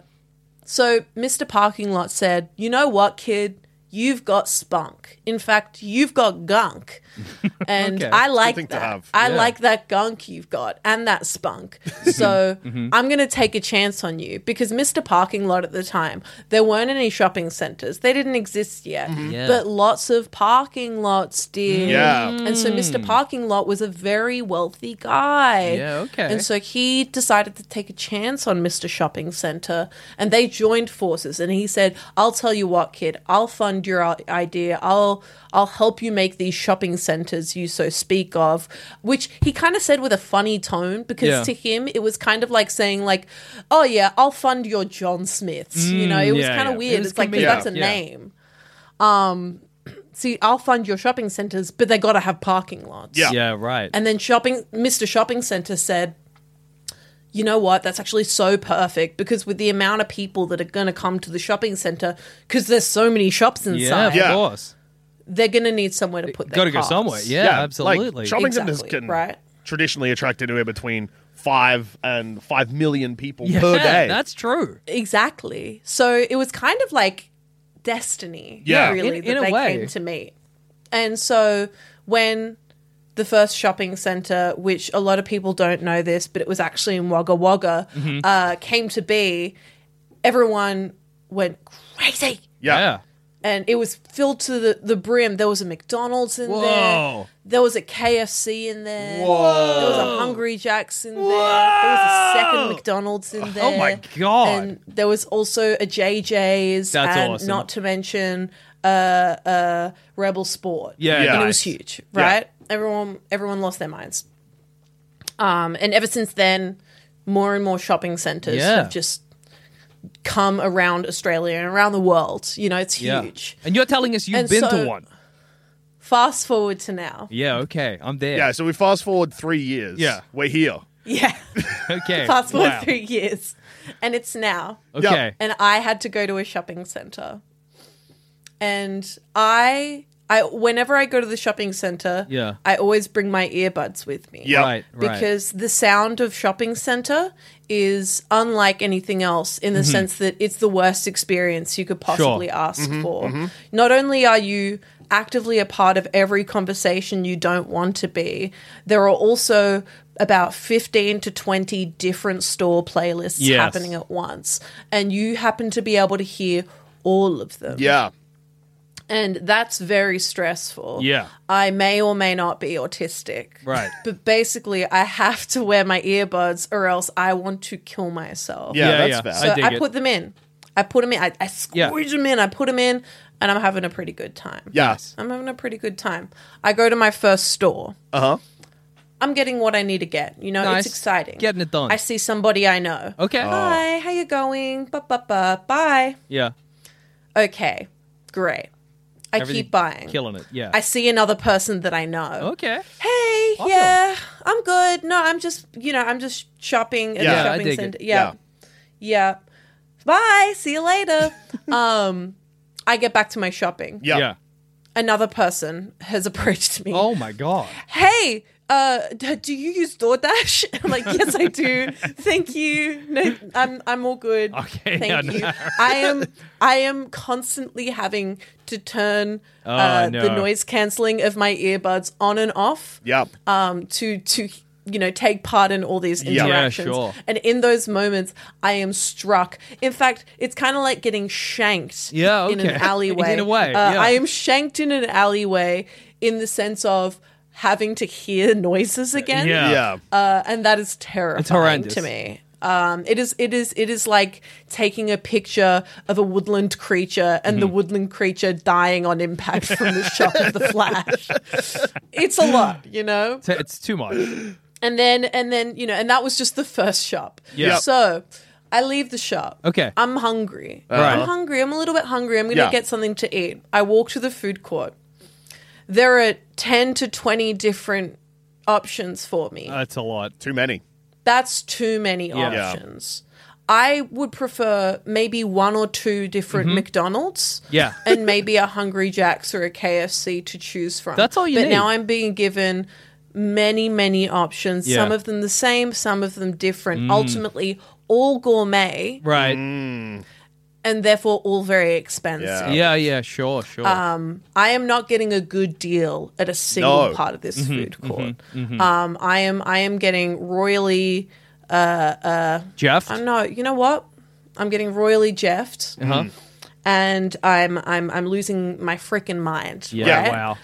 So Mr. Parking Lot said, You know what, kid? You've got spunk. In fact, you've got gunk. And
Okay.
I like
thing
that.
to have.
I
Yeah.
like that gunk you've got and that spunk. So
Mm-hmm.
I'm going to take a chance on you because Mr. Parking Lot at the time, there weren't any shopping centers. They didn't exist yet.
Yeah.
But lots of parking lots
Mm-hmm.
did.
Mm. Yeah.
And so Mr. Parking Lot was a very wealthy guy.
Mm. Yeah, okay.
And so he decided to take a chance on Mr. Shopping Center and they joined forces and he said, "I'll tell you what, kid. I'll fund your i- idea. I'll I'll help you make these shopping centers you so speak of," which he kind of said with a funny tone because
Yeah.
to him it was kind of like saying like, "Oh yeah, I'll fund your John Smiths." you know, it was
Mm, yeah,
kind of
yeah.
weird.
It was
it's like 'cause
comedic,
that's a
yeah.
name. Um See, I'll fund your shopping centers, but they got to have parking lots.
Yeah.
yeah, right.
And then shopping, Mr. Shopping Center said, you know what? That's actually so perfect because with the amount of people that are going to come to the shopping center, because there's so many shops
Yeah, of
inside,
Yeah.
course.
they're going to need somewhere to put their
Got to go
cars.
somewhere. Yeah, absolutely.
Like, shopping centers
Exactly,
can
right.
traditionally attract anywhere between five and five million people
yeah,
per day.
that's true.
Exactly. So it was kind of like destiny,
Yeah.
really,
In-
that
in a
they
way.
came to meet. And so when the first shopping center, which a lot of people don't know this, but it was actually in Wagga Wagga, uh, came to be, everyone went crazy.
yeah.
yeah.
And it was filled to the, the brim. There was a McDonald's in
Whoa.
there. There was a KFC in there. There was a Hungry Jack's in there. There was a second McDonald's in there.
Oh my God.
And there was also a JJ's.
That's
and
awesome.
Not to mention uh, uh, Rebel Sport.
Yeah,
Yeah.
and it
nice.
was huge, right? Everyone, everyone lost their minds. Um, and ever since then, more and more shopping centers
Yeah.
have just come around Australia and around the world. You know, it's
Yeah.
huge.
And you're telling us you've
And
been to
so-
one.
Fast forward to now.
Yeah, okay. I'm there.
Yeah, so we fast forward three years.
Yeah.
We're here.
Yeah.
Okay.
Fast forward
Wow.
three years. And it's now.
Okay.
and I had to go to a shopping center. And I I whenever I go to the shopping center,
Yeah.
I always bring my earbuds with me.
Yeah.
Right, right.
Because the sound of shopping center is unlike anything else in the
Mm-hmm.
sense that it's the worst experience you could possibly ask
Mm-hmm.
for. Not only are you actively a part of every conversation you don't want to be, there are also about 15 to 20 different store playlists
Yes.
happening at once. And you happen to be able to hear all of them.
Yeah.
And that's very stressful.
Yeah.
I may or may not be autistic.
Right.
But basically, I have to wear my earbuds or else I want to kill myself.
Yeah,
Yeah,
that's
yeah.
fair.
So
dig
I,
it.
put them in. I put them in. I, I
Yeah.
squeeze them in. I put them in, and I'm having a pretty good time.
yeah.
I'm having a pretty good time. I go to my first store.
Uh huh.
I'm getting what I need to get. You know,
Uh-huh. Nice.
it's exciting.
Getting it done. Oh.
I see somebody I know.
Okay.
Hi, how you going? Ba ba ba. Bye.
Yeah.
Okay, great. I
Everything- Oh.
keep buying.
Killing it. Yeah.
I see another person that I know.
okay.
Hey, yeah, I'm good. No, I'm just, you know, I'm just shopping at
Yeah, I
the shopping
dig it.
center. Yeah. yeah. Bye. See you later. um, I get back to my shopping.
Yeah.
Yeah.
Another person has approached me.
Oh my god.
Hey, uh, d- do you use DoorDash? I'm like, yes, I do. Thank you. No, I'm I'm all good.
Okay,
Thank
yeah,
you.
no.
I am I am constantly having to turn uh,
Oh, no.
the noise cancelling of my earbuds on and off
Yeah.
um, to to you know take part in all these
Yeah,
interactions.
sure.
And in those moments, I am struck. In fact, it's kind of like getting shanked.
Yeah,
in an
okay.
alleyway.
In a way,
Uh,
yeah.
I am shanked in an alleyway in the sense of having to hear noises again.
Yeah.
yeah.
Uh, and that is terrifying
horrendous.
to me. Um, it is it is it is like taking a picture of a woodland creature and
Mm-hmm.
the woodland creature dying on impact from the shock of the flash. It's a lot, you know
T- It's too much.
and then and then you know and that was just the first shop
Yeah.
so i leave the shop
Okay.
i'm hungry
Right.
i'm hungry i'm a little bit hungry i'm gonna
Yeah.
get something to eat i walk to the food court there are 10 to 20 different options for me
That's a lot.
Too many.
that's too many
Yeah.
options i would prefer maybe one or two different mcdonald's
Yeah.
and maybe a Hungry Jack's or a KFC to choose from.
That's all you
but
need.
now I'm being given many, many options.
Yeah. Mm.
Some of them the same, some of them different. Ultimately, all gourmet
Right.
Mm,
and therefore all very expensive.
Yeah.
Yeah, yeah, sure, sure.
Uh, I am not getting a good deal at a single
No.
part of
Mm-hmm.
this food court. Um, I am I am getting royally
Jeff?
no, you know what? I'm getting royally jeffed.
Uh-huh.
Mm.
And I'm I'm I'm losing my freaking mind.
yeah,
right?
wow.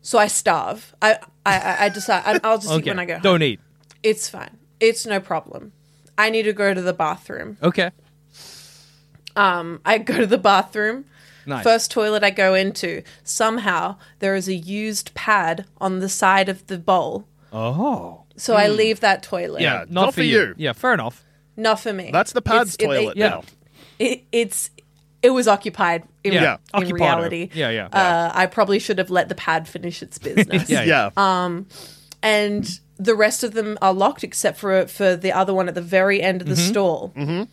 So I starve. I I- I, I decide I, I'll just eat
Okay.
when I go. Home.
Don't eat.
It's fine. It's no problem. I need to go to the bathroom.
Okay.
I go to the bathroom.
Nice.
First toilet I go into. Somehow there is a used pad on the side of the bowl.
Oh.
So I leave that toilet.
Yeah. not for you.
Yeah, fair enough.
Not for me.
That's the pad's
It's- it-
toilet
Yeah.
now.
it, it's it was occupied in,
Yeah.
in
Occupado.
reality.
Yeah, yeah.
Uh, I probably should have let the pad finish its business.
Yeah.
Yeah.
and the rest of them are locked except for for the other one at the very end of the stall. Mm-hmm.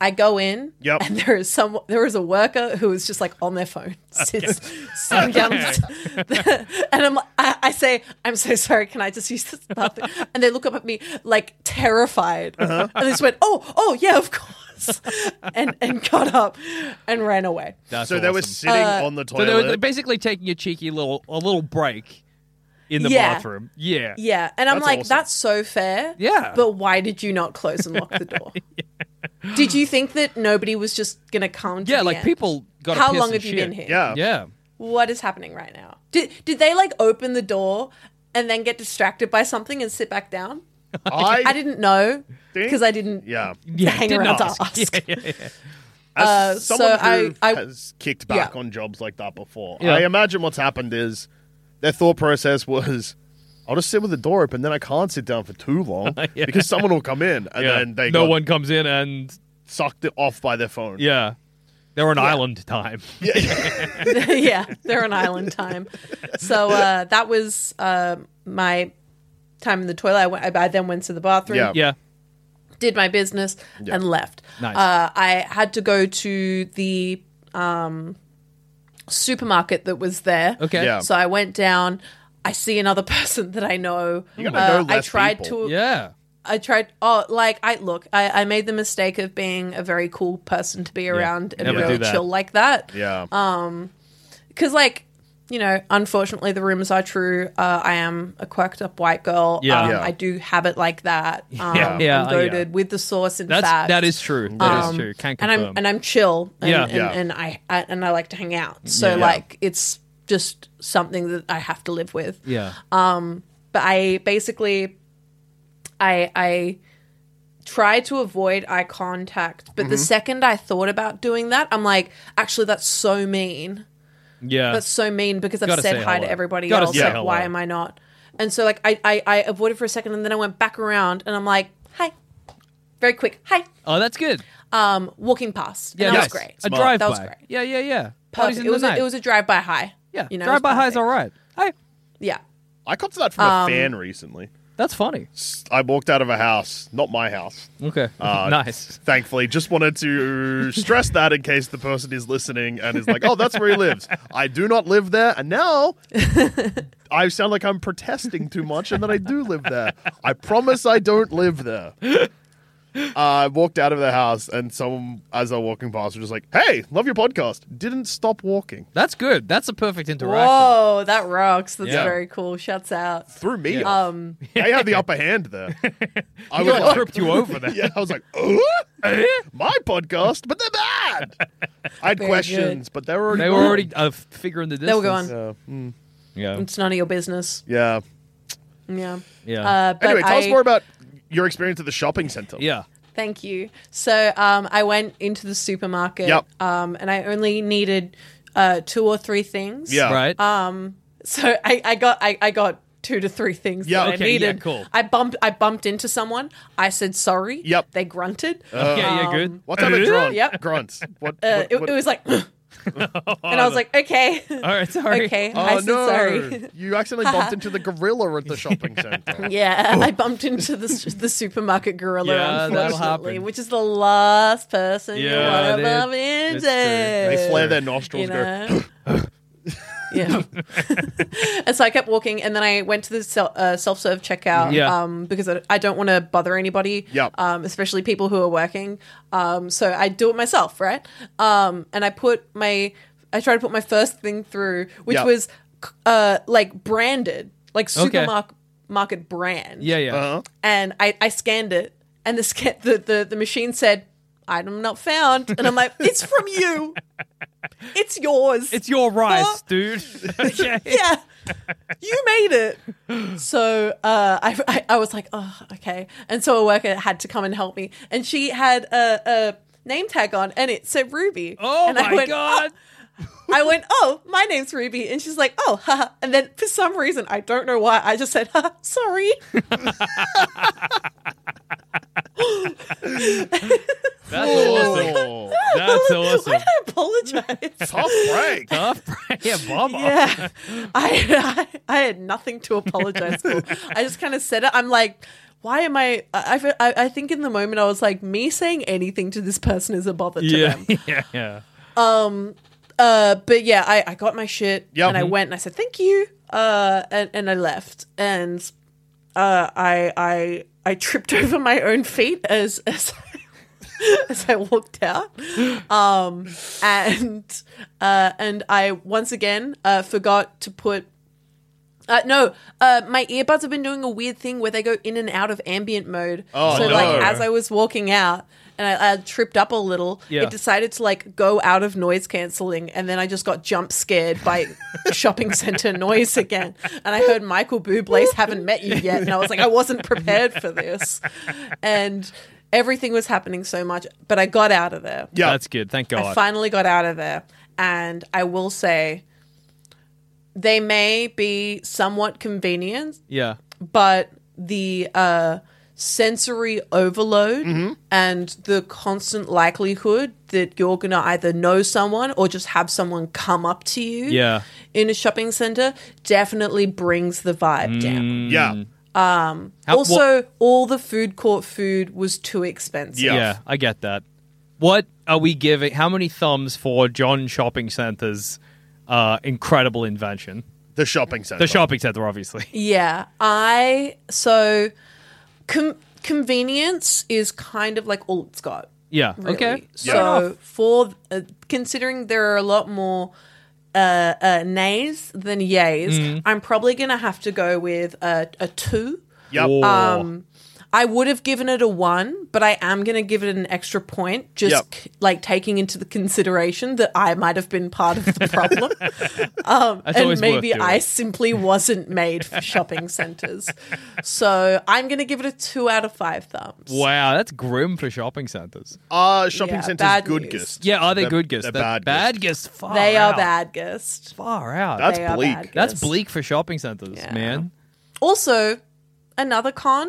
I go in,
Yep.
and there is some there is a worker who is just like on their phone, sits, sitting down, and I'm I, I say I'm so sorry, can I just use this bathroom? And they look up at me like terrified, and they just went, oh oh yeah, of course, and and got up and ran away.
That's
so they were
awesome.
sitting
Uh,
on the
So
toilet.
they were basically taking a cheeky little a little break in the
Yeah.
bathroom. Yeah.
Yeah, and I'm
That's
like,
awesome.
that's so fair.
Yeah.
but why did you not close and lock the door? Did you think that nobody was just gonna come? To
Yeah,
the
like
end?
people got
How long have you been here?
yeah.
Yeah.
What is happening right now? Did did they like open the door and then get distracted by something and sit back down?
I,
I didn't know
Think-
because I didn't
Yeah.
Yeah,
hang
didn't
around
ask.
to ask.
Yeah, yeah, yeah.
As
Uh,
someone
so I-
who
I-
has kicked back
Yeah.
on jobs like that before,
Yeah.
I imagine what's happened is their thought process was, "I'll just sit with the door open, then I can't sit down for too long because someone will come in, and
Yeah.
then they
no
got
one comes in and
sucked it off by their phone."
yeah. They're on island time.
yeah, they're on island time. So uh, that was uh, my time in the toilet. I, went, I then went to the bathroom.
Yeah.
Yeah.
did my business and left.
Nice.
Uh, I had to go to the um, supermarket that was there.
Okay.
Yeah.
So I went down. I see another person that I know. Uh,
You gotta know
I
less
tried
people.
to.
Yeah.
I tried. Oh, like I look. I, I made the mistake of being a very cool person to be around and
Never do
really
that.
chill like that
yeah.
Um, because like you know unfortunately the rumors are true uh, i am a quirked up white girl
Yeah.
um,
Yeah.
i do have it like that
Yeah. Oh,
um,
Yeah,
i'm
yeah.
goaded with the sauce in
That's
fact
that is true. That is
Um,
true. Can
and
confirm.
i'm and i'm chill and,
Yeah.
and,
Yeah.
and I, I and i like to hang out so
Yeah.
like it's just something that i have to live with
yeah.
uh, but I basically I I tried to avoid eye contact, but
Mm-hmm.
the second I thought about doing that, I'm like, actually that's so mean.
yeah.
That's so mean because I've
Gotta
said
say
hi to
hello.
everybody
Gotta
else.
say
Like,
hello.
why am I not? And so like I, I I avoided for a second and then I went back around and I'm like, hi. Very quick, hi.
oh, that's good.
Um walking past.
Yeah,
and that
nice.
was great.
A drive
That
by.
was great.
Yeah, yeah, yeah. Parties
Perfect.
in
It was
the
a,
night.
it was a drive by high.
yeah.
You know, it was
drive by highs
perfect.
all right. Hey,
Yeah.
I got to that from a
um,
fan recently.
that's funny.
I walked out of a house, not my house.
Okay.
Uh,
nice.
Thankfully, just wanted to stress that in case the person is listening and is like, "Oh, that's where he lives." I do not live there, and now I sound like I'm protesting too much, and that I do live there. I promise I don't live there. I walked out of the house, and someone, as I was walking past, was just like, "Hey, love your podcast." Didn't stop walking
That's good. That's a perfect interaction.
Whoa, that rocks. That's
Yeah.
very cool. Shuts out.
through me.
Um
they had the upper hand there. I
I
was
like,
like,
tripped you over there.
Yeah, I was like, "Uh? my podcast, but they're bad. I had
Very
questions, but they were already
They were already uh, figuring the distance.
They were gone.
Yeah, mm,
Yeah.
It's none of your business.
yeah.
Yeah.
Yeah.
Uh, but
Anyway, tell us
I-
more about your experience at the shopping center.
yeah.
Thank you. So um, I went into the supermarket
Yep.
um, and I only needed uh, two or three things.
Yeah.
Right.
Um, So I, I got I, I got two to three things
Yeah,
that
okay,
I
yeah,
needed.
cool.
I bumped I bumped into someone. I said sorry.
Yep.
They grunted.
okay. Yeah.
um,
Good.
What type of grunt?
Yep.
Grunts. What?
Uh,
what-
it,
what-
it was like, and I was like, okay,
All right. Sorry.
okay,
Oh,
I said
no.
sorry.
You accidentally bumped into the gorilla at the shopping center.
Yeah, I bumped into the s- the supermarket gorilla,
Oh. Yeah, that'll
unfortunately,
happen.
which is the last person
Yeah,
you want to
that-
bump into.
that's true.
They flare their nostrils.
you
go,
know. yeah. and so I kept walking, and then I went to the sel- uh, self serve checkout
Yeah.
um, because I- I don't want to bother anybody,
Yep.
um, especially people who are working. Um, so I do it myself, right? Um, and I put my, I tried to put my first thing through, which
Yep.
was uh, like branded, like
Okay.
supermarket market brand.
Yeah. Yeah.
And I, I scanned it, and the, scan- the, the, the machine said, Item not found. And I'm like, it's from you. It's yours.
It's your rice,
Huh?
dude. okay.
yeah, you made it. So uh, I, I, I was like, oh, okay. And so a worker had to come and help me, and she had a, a name tag on, and it said Ruby.
Oh
and
my
I went,
god.
"Oh." I went, oh, my name's Ruby, and she's like, oh, haha. And then for some reason, I don't know why, I just said, haha, sorry.
That's awesome. That's awesome.
I apologize.
Oh, Tough break.
Tough break. Yeah, Baba.
Yeah, I, I I had nothing to apologize for. I just kind of said it. I'm like, why am I? I, I I think in the moment I was like, me saying anything to this person is a bother to
Yeah,
them.
yeah, yeah.
Uh, but yeah, I, I got my shit
Yep.
and I went and I said thank you. Uh, and, and I left and uh, I I I tripped over my own feet as as I, as I walked out. Um, and uh, and I once again uh, forgot to put. Uh, no, uh, my earbuds have been doing a weird thing where they go in and out of ambient mode.
Oh,
so
no.
like as I was walking out and I, I tripped up a little,
Yeah.
it decided to like go out of noise cancelling, and then I just got jump scared by shopping center noise again. And I heard Michael Bublé's "Haven't Met You Yet," and I was like, I wasn't prepared for this, and everything was happening so much. But I got out of there.
Yeah.
That's good. Thank God.
I finally got out of there. And I will say, they may be somewhat convenient,
yeah.
but the uh, sensory overload
Mm-hmm.
and the constant likelihood that you're going to either know someone or just have someone come up to you
Yeah.
in a shopping center definitely brings the vibe
Hmm.
down.
Yeah.
Mm. How-
also, all the food court food was too expensive.
Yeah.
Yeah. I get that. What are we giving? How many thumbs for John Shopping Center's uh, incredible invention?
The shopping center.
The shopping center, obviously.
Yeah, I so com- convenience is kind of like all it's got.
Yeah.
really.
Okay. Fair enough.
So for uh, considering there are a lot more uh, uh, nays than yays,
Mm.
I'm probably gonna have to go with a, a two.
Yep.
Whoa.
I would have given it a one, but I am going to give it an extra point, just
Yep.
c- like taking into the consideration that I might have been part of the problem, um,
That's
and
always worth
maybe
doing.
I simply wasn't made for shopping centers. So I'm going to give it a two out of five thumbs.
wow, that's grim for shopping centers.
Are Uh, shopping
Yeah,
centers
bad
good
news.
gist?
Yeah, are they
They're-
good gifts?
they're bad
bad gifts. Far
They are
out.
bad guest.
Far out.
That's
They are
bleak.
bad
That's
guess.
bleak for shopping centers,
Yeah.
man.
Also, another con: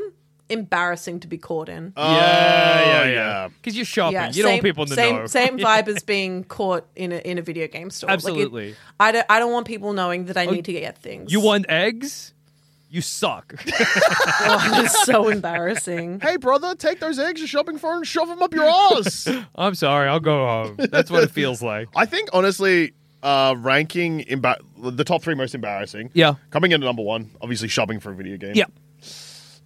embarrassing to be caught in.
Oh, yeah, yeah, yeah.
Because you're shopping.
Yeah,
Oh, you don't want people to
same,
know.
Same vibe as being caught in a, in a video game store. Like, it-
Absolutely. Oh,
I, don't, I don't want people knowing that I need to get things.
You want eggs? You suck.
Oh, it's so embarrassing.
Hey, brother, take those eggs you're shopping for and shove them up your ass.
I'm sorry. I'll go home. That's what it feels like.
I think, honestly, uh, ranking emba- the top three most embarrassing.
Yeah.
Coming in at number one, obviously shopping for a video game.
Yeah.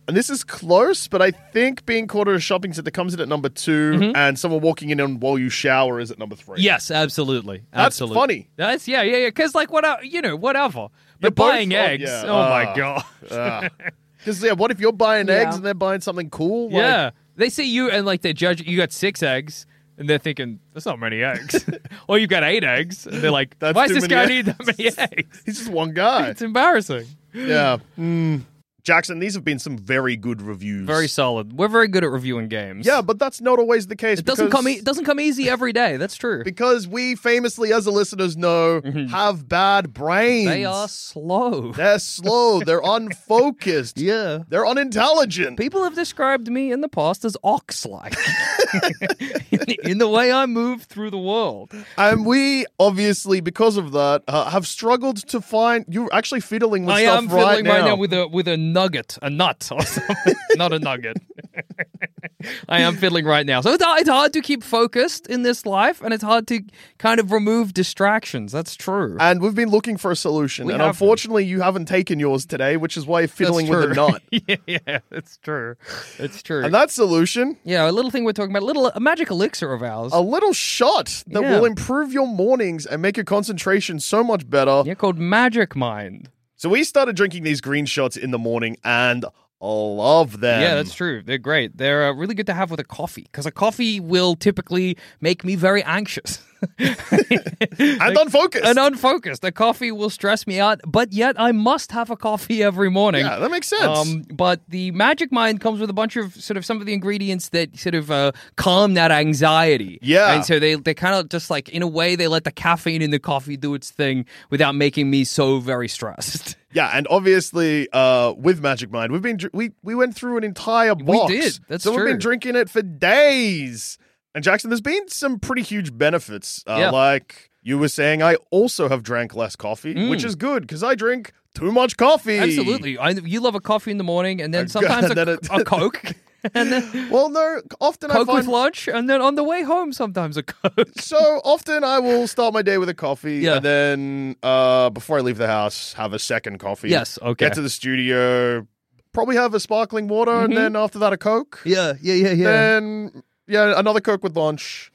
And this is close, but I think being caught at a shopping center comes in at number 2
Mm-hmm.
and someone walking in on while you shower is at number three.
Yes, absolutely.
That's
absolutely.
funny.
That's yeah, yeah, yeah. Because like what, I- you know, whatever. But
both-
buying
oh,
eggs.
yeah.
Oh my
Ah.
god.
Because, yeah, what if you're buying
Yeah.
eggs and they're buying something cool? Like,
yeah. They see you and like they judge you got six eggs. And they're thinking, that's not many eggs. or you've got eight eggs. And they're like,
That's
why does
too
this guy
many
need that many eggs?
He's just one guy.
It's embarrassing.
yeah. Mm. Jackson, these have been some very good reviews.
Very solid. We're very good at reviewing games.
Yeah, but that's not always the case.
It doesn't
because-
come. E- it doesn't come easy every day. That's true.
because we famously, as the listeners know, have bad brains.
Mm-hmm. They are slow.
They're slow. They're unfocused.
Yeah.
They're unintelligent.
People have described me in the past as ox-like in, in the way I move through the world.
and we obviously, because of that, uh, have struggled to find. You're actually fiddling with
I
stuff
am
right,
fiddling
now.
right now with a with a nugget, a nut, or something. not a nugget. I am fiddling right now, so it's, it's hard to keep focused in this life, and it's hard to kind of remove distractions. That's true.
and we've been looking for a solution,
We
and
haven't.
unfortunately, you haven't taken yours today, which is why you're
That's
fiddling with a
true.
nut.
yeah, yeah, it's true. It's true.
and that solution,
yeah, a little thing we're talking about, a little a magic elixir of ours.
a little shot that
Yeah.
will improve your mornings and make your concentration so much better.
Yeah, called Magic Mind.
So we started drinking these green shots in the morning, and love them.
yeah, that's true. They're great. They're uh, really good to have with a coffee because a coffee will typically make me very anxious
and unfocused.
and unfocused. A coffee will stress me out, but yet I must have a coffee every morning.
yeah, that makes sense.
Um, but the Magic Mind comes with a bunch of sort of some of the ingredients that sort of uh, calm that anxiety.
Yeah.
and so they they kind of just like in a way they let the caffeine in the coffee do its thing without making me so very stressed.
yeah, and obviously, uh, with Magic Mind, we've been dr- we we went through an entire box.
did. That's
so we've been
true.
drinking it for days. And Jackson, there's been some pretty huge benefits, uh,
Yeah.
like. You were saying I also have drank less coffee, which is good because I drink too much coffee.
Mm. Absolutely. I, you love a coffee in the morning and then
God,
sometimes a,
then it-
a Coke. And then
Well, no, often I
Coke
find
with lunch, and then on the way home, sometimes a Coke.
so often I will start my day with a coffee
Yeah.
and then uh, before I leave the house, have a second coffee.
Yes, okay.
Get to the studio, probably have a sparkling water, and then after that, a Coke.
Yeah, yeah, Mm-hmm. yeah,
Then, yeah, another Coke with lunch.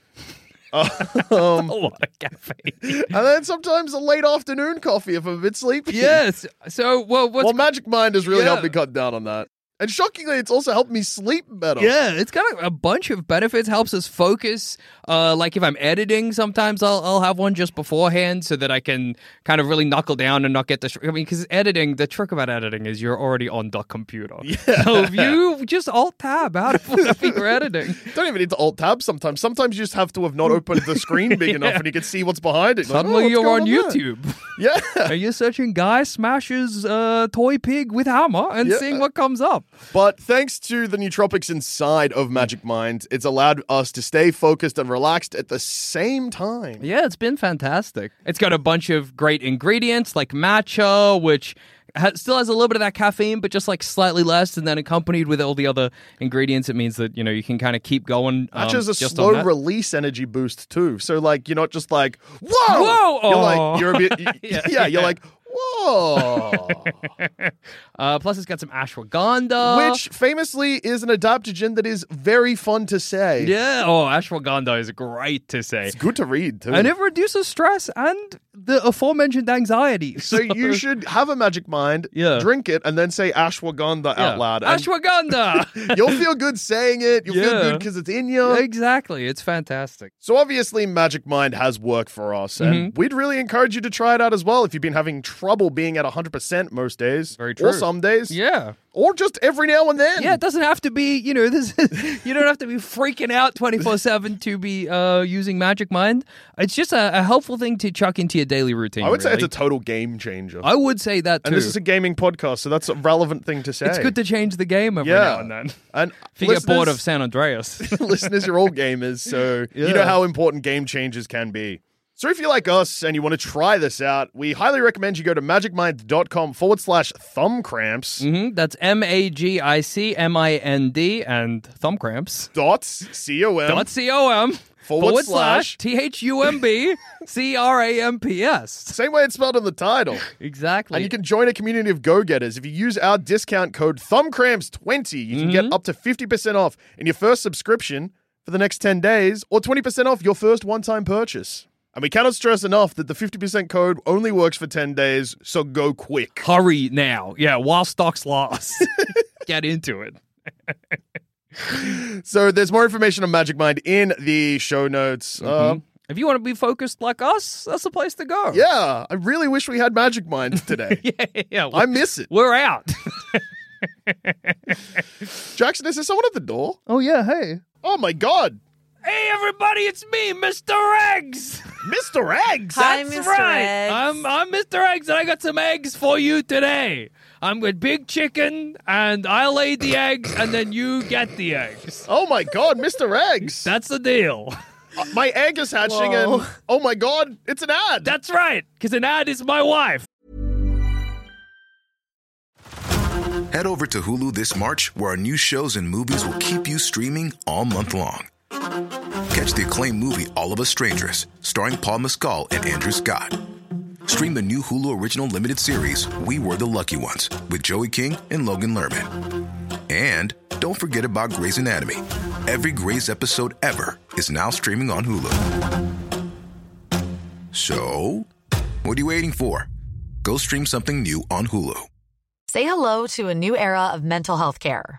a lot of caffeine.
And then sometimes a late afternoon coffee if I'm a bit sleepy.
yes. So, well, what's
well, Magic Mind has really
Yeah.
helped me cut down on that. And shockingly, it's also helped me sleep better.
Yeah, it's got a, a bunch of benefits. Helps us focus. Uh, like if I'm editing, sometimes I'll, I'll have one just beforehand so that I can kind of really knuckle down and not get the. I mean, because editing, the trick about editing is you're already on the computer. So if you just alt tab out of whatever you're editing.
Don't even need to alt tab sometimes. Sometimes you just have to have not opened the screen big enough and you can see what's behind it. Like, oh,
Suddenly
what's
you're
going
on,
there?
YouTube.
Yeah.
and you're searching Guy Smashes uh, Toy Pig with Hammer and
Yeah.
seeing what comes up.
But thanks to the nootropics inside of Magic Mind, it's allowed us to stay focused and relaxed at the same time.
Yeah, it's been fantastic. It's got a bunch of great ingredients like matcha, which ha- still has a little bit of that caffeine, but just like slightly less. And then accompanied with all the other ingredients, it means that you know you can kind of keep going. um,
Matcha's a
just on
slow
that.
release energy boost too. So like you're not just like whoa,
Whoa,
You're
oh.
like you're a bit y-
Yeah,
yeah, You're
yeah.
like whoa,
Uh, plus, it's got some ashwagandha,
which famously is an adaptogen that is very fun to say.
yeah, oh, ashwagandha is great to say,
it's good to read too.
and it reduces stress and the aforementioned anxiety.
so you should have a magic mind,
Yeah.
drink it, and then say ashwagandha
Yeah.
out loud. and
ashwagandha.
You'll feel good saying it. You'll
Yeah.
feel good because it's in you.
exactly, it's fantastic.
So obviously, Magic Mind has worked for us, and
Mm-hmm.
we'd really encourage you to try it out as well if you've been having trouble being at 100% most days,
Very
or
true.
some days,
Yeah.
or just every now and then.
Yeah, it doesn't have to be, you know, this you don't have to be freaking out 24/7 to be uh using Magic Mind. It's just a, a helpful thing to chuck into your daily routine.
I would say it's
really.
a total game changer.
I would say that too.
and this is a gaming podcast, so that's a relevant thing to say.
it's good to change the game every
yeah.
now and then.
And
If you get bored of
listeners-
San Andreas.
listeners, you're all gamers, so you know
Yeah.
how important game changers can be. So if you're like us and you want to try this out, we highly recommend you go to magicmind.com forward slash thumb cramps.
hmm That's M A G I C M I N D and thumb cramps.
Dots, C-O-M.
Dot C O M
Forward slash-
T H U M B C R A M P S.
Same way it's spelled in the title.
Exactly.
And you can join a community of go getters. If you use our discount code ThumbCramps20, you can get up to 50% off in your first subscription for the next 10 days or 20% off your first one time purchase. And we cannot stress enough that the 50% code only works for 10 days, so go quick.
hurry now. Yeah, while stocks last. Get into it.
So there's more information on Magic Mind in the show notes. Uh,
If you want to be focused like us, that's the place to go.
yeah, I really wish we had Magic Mind today.
yeah, yeah. We're,
I miss it.
we're out.
Jackson, is there someone at the door?
oh yeah, hey.
Oh my God,
Hey everybody, it's me, Mr. Eggs.
Mr. Eggs!
Hi,
That's
Mr.
right.
Eggs.
I'm I'm Mr. Eggs, and I got some eggs for you today. I'm with big chicken, and I lay the eggs, and then you get the eggs.
Oh my God, Mr. Eggs!
That's the deal.
My egg is hatching,
Whoa.
and oh my god, it's an ad.
That's right, because an ad is my wife.
Head over to Hulu this March, where our new shows and movies will keep you streaming all month long. Catch the acclaimed movie All of Us Strangers, starring Paul Mescal and Andrew Scott. Stream the new Hulu original limited series We Were the Lucky Ones with Joey King and Logan Lerman. And don't forget about Grey's Anatomy. Every Grey's episode ever is now streaming on Hulu. So, what are you waiting for? Go stream something new on Hulu.
Say hello to a new era of mental health care.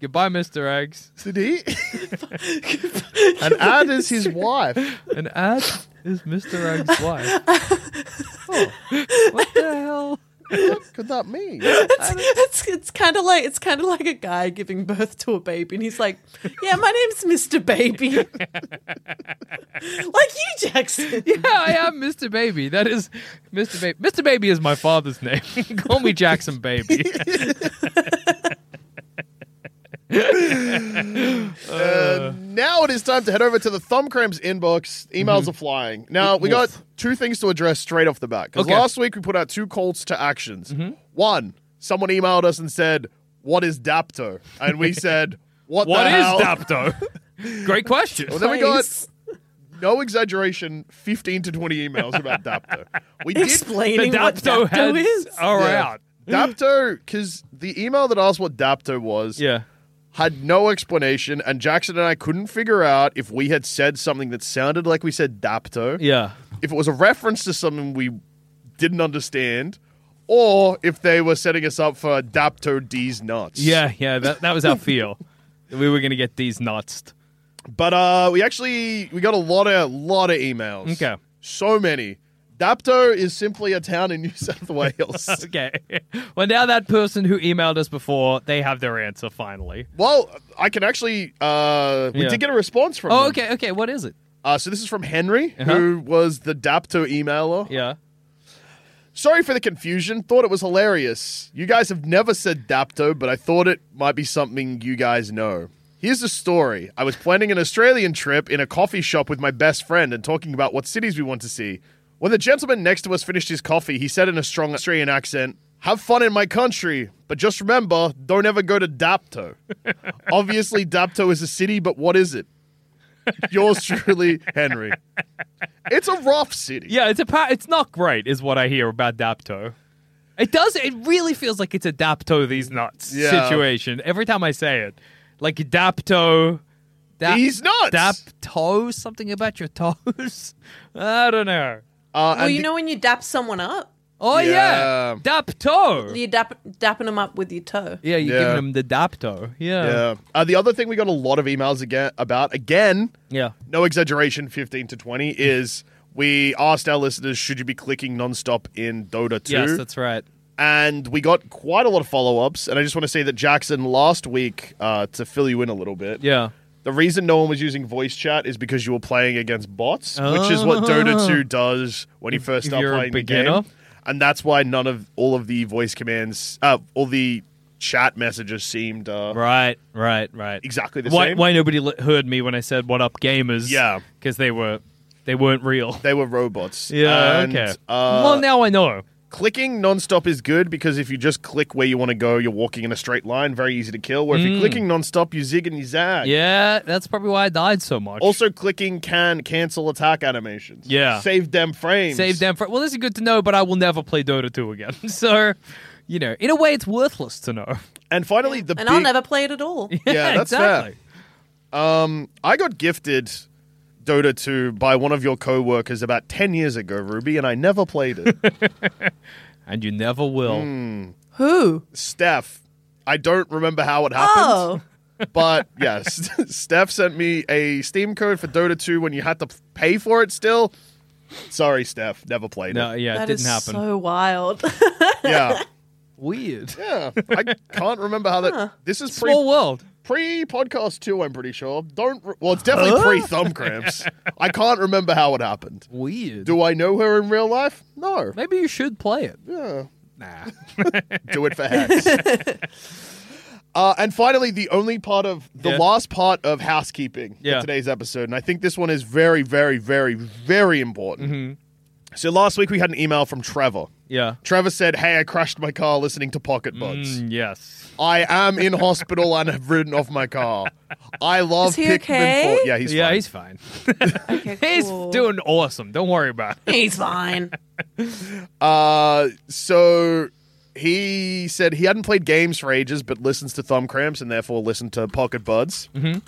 Goodbye, Mr. Eggs.
Did he? and Ad is his wife.
And ad is Mr. Eggs' wife. Oh, what the hell?
What could that mean?
it's it's kind of like it's kind of like a guy giving birth to a baby, and he's like, "Yeah, my name's Mr. Baby," like you, Jackson.
Yeah, I am Mr. Baby. That is Mr. Baby. Mr. Baby is my father's name. Call me Jackson Baby.
Uh, now it is time to head over to the Thumbcram's inbox. Emails
Mm-hmm.
are flying. Now, we got two things to address straight off the bat. Because
Okay. Mm-hmm.
last week we put out two calls to actions. One, someone emailed us and said, What is Dapto? And we said, What,
What
the
is
hell?
Dapto? Great question.
Well, then we got,
Please.
no exaggeration, 15 to 20 emails about Dapto. We did
Explaining
the
what
Dapto
Dapto
heads
is.
are
Yeah.
out.
Dapto, because the email that asked what Dapto was
Yeah.
had no explanation, and Jackson and I couldn't figure out if we had said something that sounded like we said Dapto,
Yeah.
if it was a reference to something we didn't understand, or if they were setting us up for Dapto D's nuts.
Yeah, yeah, that, that was our feel. we were going to get these nutsed.
But uh, we actually we got a lot of lot of emails.
Okay.
So many. Dapto is simply a town in New South Wales.
Okay. Well, now that person who emailed us before, they have their answer finally.
well, I can actually uh, we
Yeah.
did get a response from
Oh,
them.
okay, okay. What is it?
Uh, so this is from Henry,
Uh-huh.
who was the Dapto emailer.
Yeah.
Sorry for the confusion. Thought it was hilarious. You guys have never said Dapto, but I thought it might be something you guys know. Here's the story. I was planning an Australian trip in a coffee shop with my best friend and talking about what cities we want to see. When the gentleman next to us finished his coffee, he said in a strong Australian accent, Have fun in my country, but just remember, don't ever go to Dapto. Obviously, Dapto is a city, but what is it? Yours truly, Henry. It's a rough city.
Yeah, it's a pa- it's not great is what I hear about Dapto. It does it really feels like it's a Dapto these nuts
Yeah.
situation every time I say it. Like Dapto Dap-
These nuts!
Dapto something about your toes. I don't know.
Uh,
Well,
and
you
the-
know when you dap someone up,
Oh yeah.
Yeah.
Dapto.
you dap dapping them up with your toe.
yeah, you're
Yeah.
giving them the Dapto. Yeah.
Yeah. Uh, the other thing we got a lot of emails again about again,
Yeah.
no exaggeration, fifteen to twenty is we asked our listeners should you be clicking nonstop in Dota two,
Yes, that's right.
and we got quite a lot of follow ups. And I just want to say that Jackson last week uh, to fill you in a little bit.
Yeah.
The reason no one was using voice chat is because you were playing against bots, which is what Dota 2 does when you first
Ah. if
start
you're a
playing the
beginner.
game. And that's why none of all of the voice commands, uh, all the chat messages seemed uh,
Right, right, right.
Exactly the
why,
same.
Why nobody li- heard me when I said "What up, gamers"?
Yeah.
because they were they weren't real.
They were robots.
Yeah,
And,
okay.
Uh,
well, now I know.
clicking nonstop is good because if you just click where you want to go, you're walking in a straight line, very easy to kill. Where if you're clicking nonstop, you zig and you zag.
Mm. Yeah, that's probably why I died so much.
Also, clicking can cancel attack animations.
Yeah.
Save them frames.
save them for. Well, this is good to know, but I will never play Dota 2 again. So, you know, in a way, it's worthless to know.
And finally, the
And
big.
I'll never play it at all.
Yeah, that's
exactly.
I got gifted Dota 2 by one of your coworkers about 10 years ago, Ruby, and I never played it.
And you never will.
Hmm.
Who?
Steph, I don't remember how it happened.
Oh,
But yes, Steph sent me a Steam code for Dota 2 when you had to p- pay for it still. Sorry, Steph. Never played
No,
it.
yeah,
that
it
is
didn't happen.
so wild.
Yeah.
Weird.
Yeah. I can't remember how that. This is pre
Small world.
pre podcast 2, I'm pretty sure. Don't. Re- well, it's definitely pre thumb cramps. I can't remember how it happened.
Weird.
Do I know her in real life? No.
Maybe you should play it.
Do it for Hex. Uh, and finally, the only part of the
Yeah.
last part of housekeeping
Yeah.
for today's episode, and I think this one
Mm-hmm.
is very, very, very, very important. So last week we had an email from Trevor,
Yeah.
Trevor said, Hey, I crashed my car listening to Pocket Buds.
Mm, yes.
I am in hospital and have ridden off my car. I love
Is he
Pikmin
okay?
4. Yeah, he's
yeah,
fine.
he's fine.
Okay,
He's
cool.
doing awesome. Don't worry about it.
He's fine.
Uh, so he said he hadn't played games for ages, but listens to Thumb Cramps and therefore listened to Pocket Buds. Mm-hmm.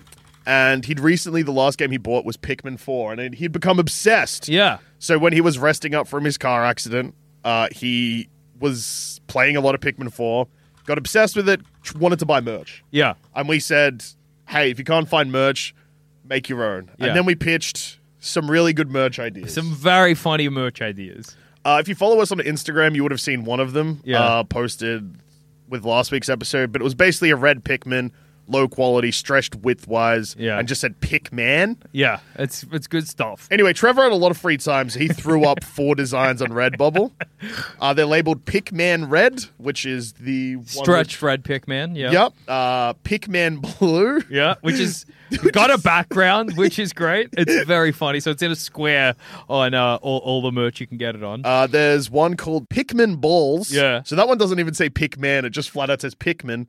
And he'd recently, the last game he bought was Pikmin 4, and he'd become obsessed.
Yeah.
So when he was resting up from his car accident, uh, he was playing a lot of Pikmin 4, got obsessed with it, tr- wanted to buy merch.
Yeah.
And we said, hey, if you can't find merch, make your own.
Yeah.
And then we pitched some really good merch ideas.
Some very funny merch ideas.
Uh, if you follow us on Instagram, you would have seen one of them
Yeah.
uh, posted with last week's episode, but it was basically a red Pikmin, low quality, stretched width wise,
Yeah.
and just said Pikman.
Yeah. It's it's good stuff.
Anyway, Trevor had a lot of free time, so he threw up four designs on Redbubble. Uh, they're labeled Pikman Red, which is the one
Stretch
with-
Fred Pickman. Yeah.
Yep. Uh, Pikman Blue.
Yeah, which is got a background, which is great. It's very funny. So it's in a square on uh, all, all the merch you can get it on.
Uh, there's one called Pikmin Balls.
Yeah.
So that one doesn't even say Pikman; it just flat out says Pikmin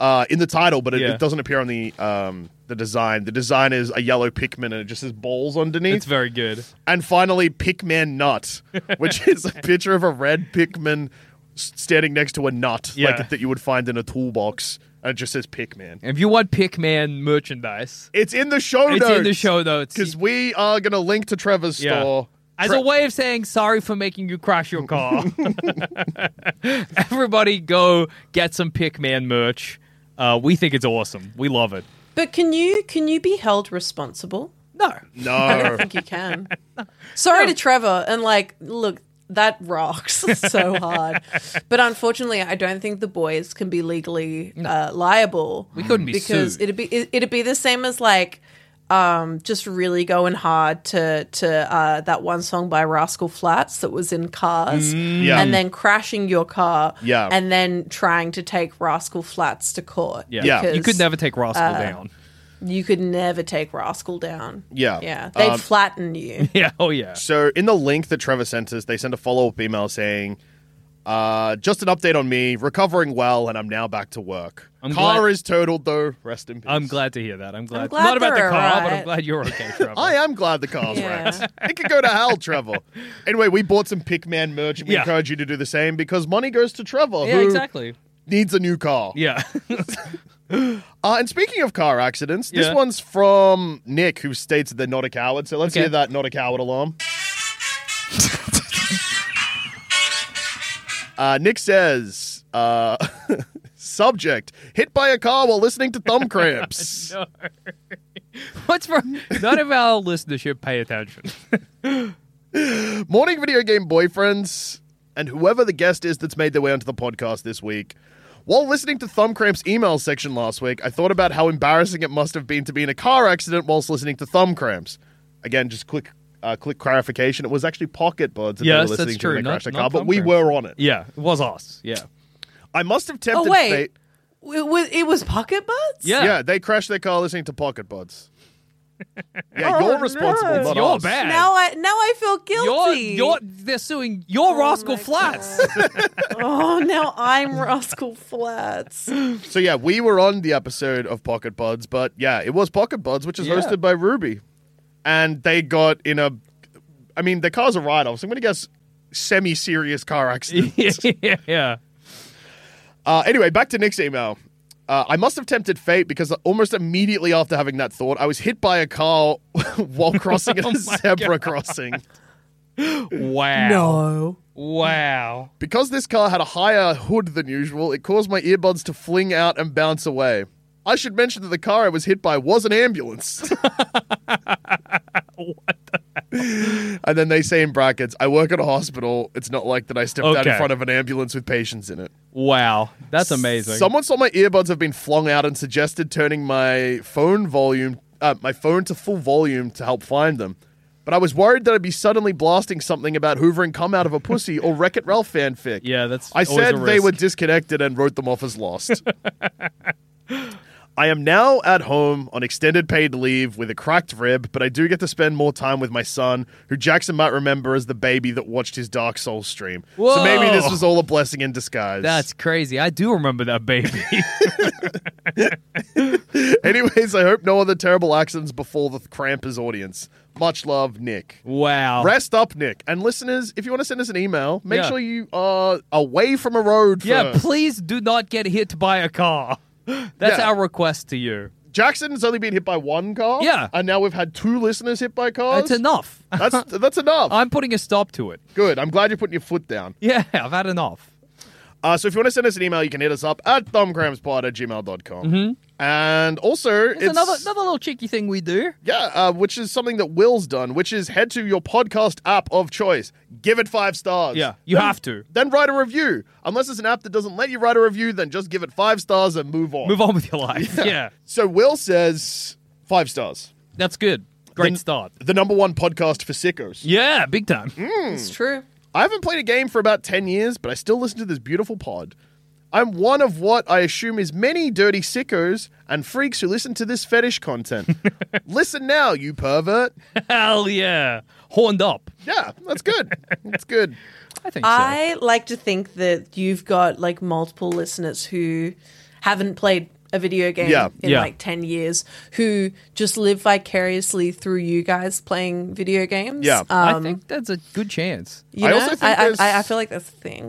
uh, in the title, but it,
Yeah.
it doesn't appear on the um, the design. The design is a yellow Pikmin, and it just says balls underneath.
it's very good.
and finally, Pikman Nut, which is a picture of a red Pikmin s- standing next to a nut
Yeah.
like that you would find in a toolbox, and it just says Pikman.
If you want Pickman merchandise,
It's in the show
it's
notes.
in the show notes.
because we are going to link to Trevor's
Yeah.
store.
As a way of saying sorry for making you crash your car. Everybody go get some Pickman merch. Uh, we think it's awesome. We love it.
But can you can you be held responsible?
No.
No.
I think you can. Sorry to Trevor, and like, look, that rocks so hard. But unfortunately, I don't think the boys can be legally uh, liable. We
couldn't be
because
sued.
it'd be it, it'd be the same as like. Um, just really going hard to to uh, that one song by Rascal Flats that was in Cars,
Yeah.
and then crashing your car,
Yeah.
and then trying to take Rascal Flats to court.
Yeah.
Yeah.
You could
because-
never take Rascal
uh,
down.
you could never take Rascal down.
Yeah.
yeah, they'd
Um,
flatten you.
Yeah. Oh, yeah.
So in the link that Trevor sent us, they sent a follow up email saying, uh, "Just an update on me. Recovering well, and I'm now back to work.
I'm
car
glad-
is totaled though. Rest in peace.
I'm glad to hear that. I'm glad.
glad
Not about the
they're
car, but I'm
alright. Oh,
glad you're okay, Trevor.
I am glad the car's
Yeah.
wrecked. It could go to hell, Trevor. Anyway, we bought some Pickman merch. and We
Yeah.
encourage you to do the same because money goes to Trevor,
Yeah,
who
exactly.
needs a new car.
Yeah.
Uh, and speaking of car accidents, this
Yeah.
one's from Nick, who states that they're not a coward. So let's
Okay.
hear that not a coward alarm. uh, Nick says, uh, subject, hit by a car while listening to thumb cramps.
What's wrong? None of our listenership pay attention.
Morning video game boyfriends and whoever the guest is that's made their way onto the podcast this week. While listening to Thumb Cramp's email section last week, I thought about how embarrassing it must have been to be in a car accident whilst listening to Thumb Cramps. Again, just quick, uh, quick clarification: it was actually Pocket Buds. That they
Yes,
were
that's
listening to
true,
when they
not-
crashed the
not
car, but
Thumb
we
Cramps.
were on it.
Yeah. It was us. Yeah.
I must have tempted
Oh, wait.
fate.
It was, it was pocket butts?
Yeah.
Yeah. they crashed their car listening to Pocket Buds. Yeah, you're responsible.
no.
Not
You're
us.
bad.
Now I now I feel
You're,
guilty. Oh
you're, they're suing your Rascal
my
Flats.
oh, now I'm Rascal Flats.
So yeah, we were on the episode of Pocket Buds, but yeah, it was Pocket Buds, which is
Yeah.
hosted by Ruby, and they got in a. I mean, the car's a write-off. So I'm going to guess semi-serious car accident.
yeah, yeah.
uh, anyway, back to Nick's email. Uh, I must have tempted fate because almost immediately after having that thought, I was hit by a car while crossing a zebra crossing.
Wow.
No.
Wow.
Because this car had a higher hood than usual, it caused my earbuds to fling out and bounce away. I should mention that the car I was hit by was an ambulance. And then they say in brackets, I work at a hospital. It's not like that I stepped out in
Okay.
front of an ambulance with patients in it.
Wow. That's amazing.
Someone saw my earbuds have been flung out and suggested turning my phone volume, uh, my phone to full volume to help find them. But I was worried that I'd be suddenly blasting something about hoovering come out of a pussy or Wreck It Ralph fanfic.
Yeah, that's
I
always
said
a
they
risk.
were disconnected and wrote them off as lost. I am now at home on extended paid leave with a cracked rib, but I do get to spend more time with my son, who Jackson might remember as the baby that watched his Dark Souls stream. So
Whoa.
maybe this was all a blessing in disguise.
That's crazy. I do remember that baby.
Anyways, I hope no other terrible accidents befall the Krampus audience. Much love, Nick.
wow.
Rest up, Nick. And listeners, if you want to send us an email, make
Yeah.
sure you are away from a road.
yeah,
first.
please do not get hit by a car. That's
Yeah.
our request to you.
Jackson's only been hit by one car.
Yeah.
And now we've had two listeners hit by cars.
That's enough.
That's, that's enough.
I'm putting a stop to it.
Good. I'm glad you're putting your foot down.
Yeah, I've had enough.
Uh, so if you want to send us an email, you can hit us up at thumbcrampspod at gmail.com. Mm-hmm. And also, it's,
It's, another another little cheeky thing we do.
Yeah, uh, which is something that Will's done, which is head to your podcast app of choice. Give it five stars.
Yeah, you
Then-
have to.
Then write a review. Unless it's an app that doesn't let you write a review, then just give it five stars and move on.
Move on with your life. Yeah,
So Will says five stars.
that's good. Great
Then-
start.
The number one podcast for sickos.
Yeah, big time.
Hmm?
It's true.
I haven't played a game for about 10 years, but I still listen to this beautiful pod. I'm one of what I assume is many dirty sickos and freaks who listen to this fetish content. listen now, you pervert.
Hell yeah, horned up.
Yeah, that's good. That's good.
I think so.
I like to think that you've got like multiple listeners who haven't played a video game
Yeah.
in
Yeah.
like 10 years who just live vicariously through you guys playing video games.
Yeah.
Um,
I think that's a good chance.
you
I
know,
also think
I,
there's-
I, I feel like that's the thing.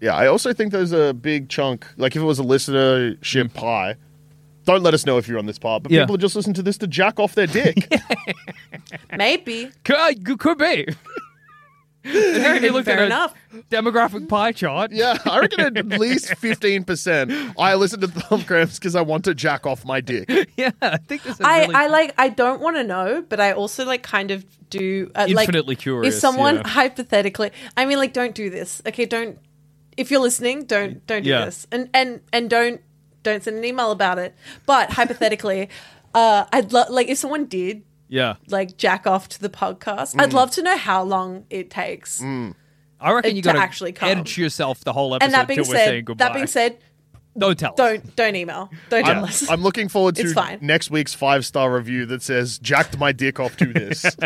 Yeah, I also think there's a big chunk, like if it was a listenership pie, don't let us know if you're on this part, but
Yeah.
people just listen to this to jack off their dick.
Maybe.
Could, could- could be. Fair,
fair enough.
demographic pie chart.
Yeah, I reckon at least 15%. I listen to Thumbcramps because I want to jack off my dick.
Yeah, I think this is
I,
really...
I like I don't want to know, but I also like kind of do uh, like-
Infinitely curious,
If someone
yeah.
hypothetically, I mean, like, don't do this. Okay, don't. If you're listening, don't don't do
Yeah.
this, and and and don't don't send an email about it. But hypothetically, uh, I'd love like if someone did
yeah,
like jack off to the podcast,
Mm.
I'd love to know how long it takes.
I reckon you
to
got to
actually come.
edge yourself the whole episode
and that being
till we're saying
said,
goodbye.
that being said,
don't tell. us.
don't don't email, don't tell
I'm,
us.
I'm looking forward
It's
to
fine.
next week's five star review that says jacked my dick off to this.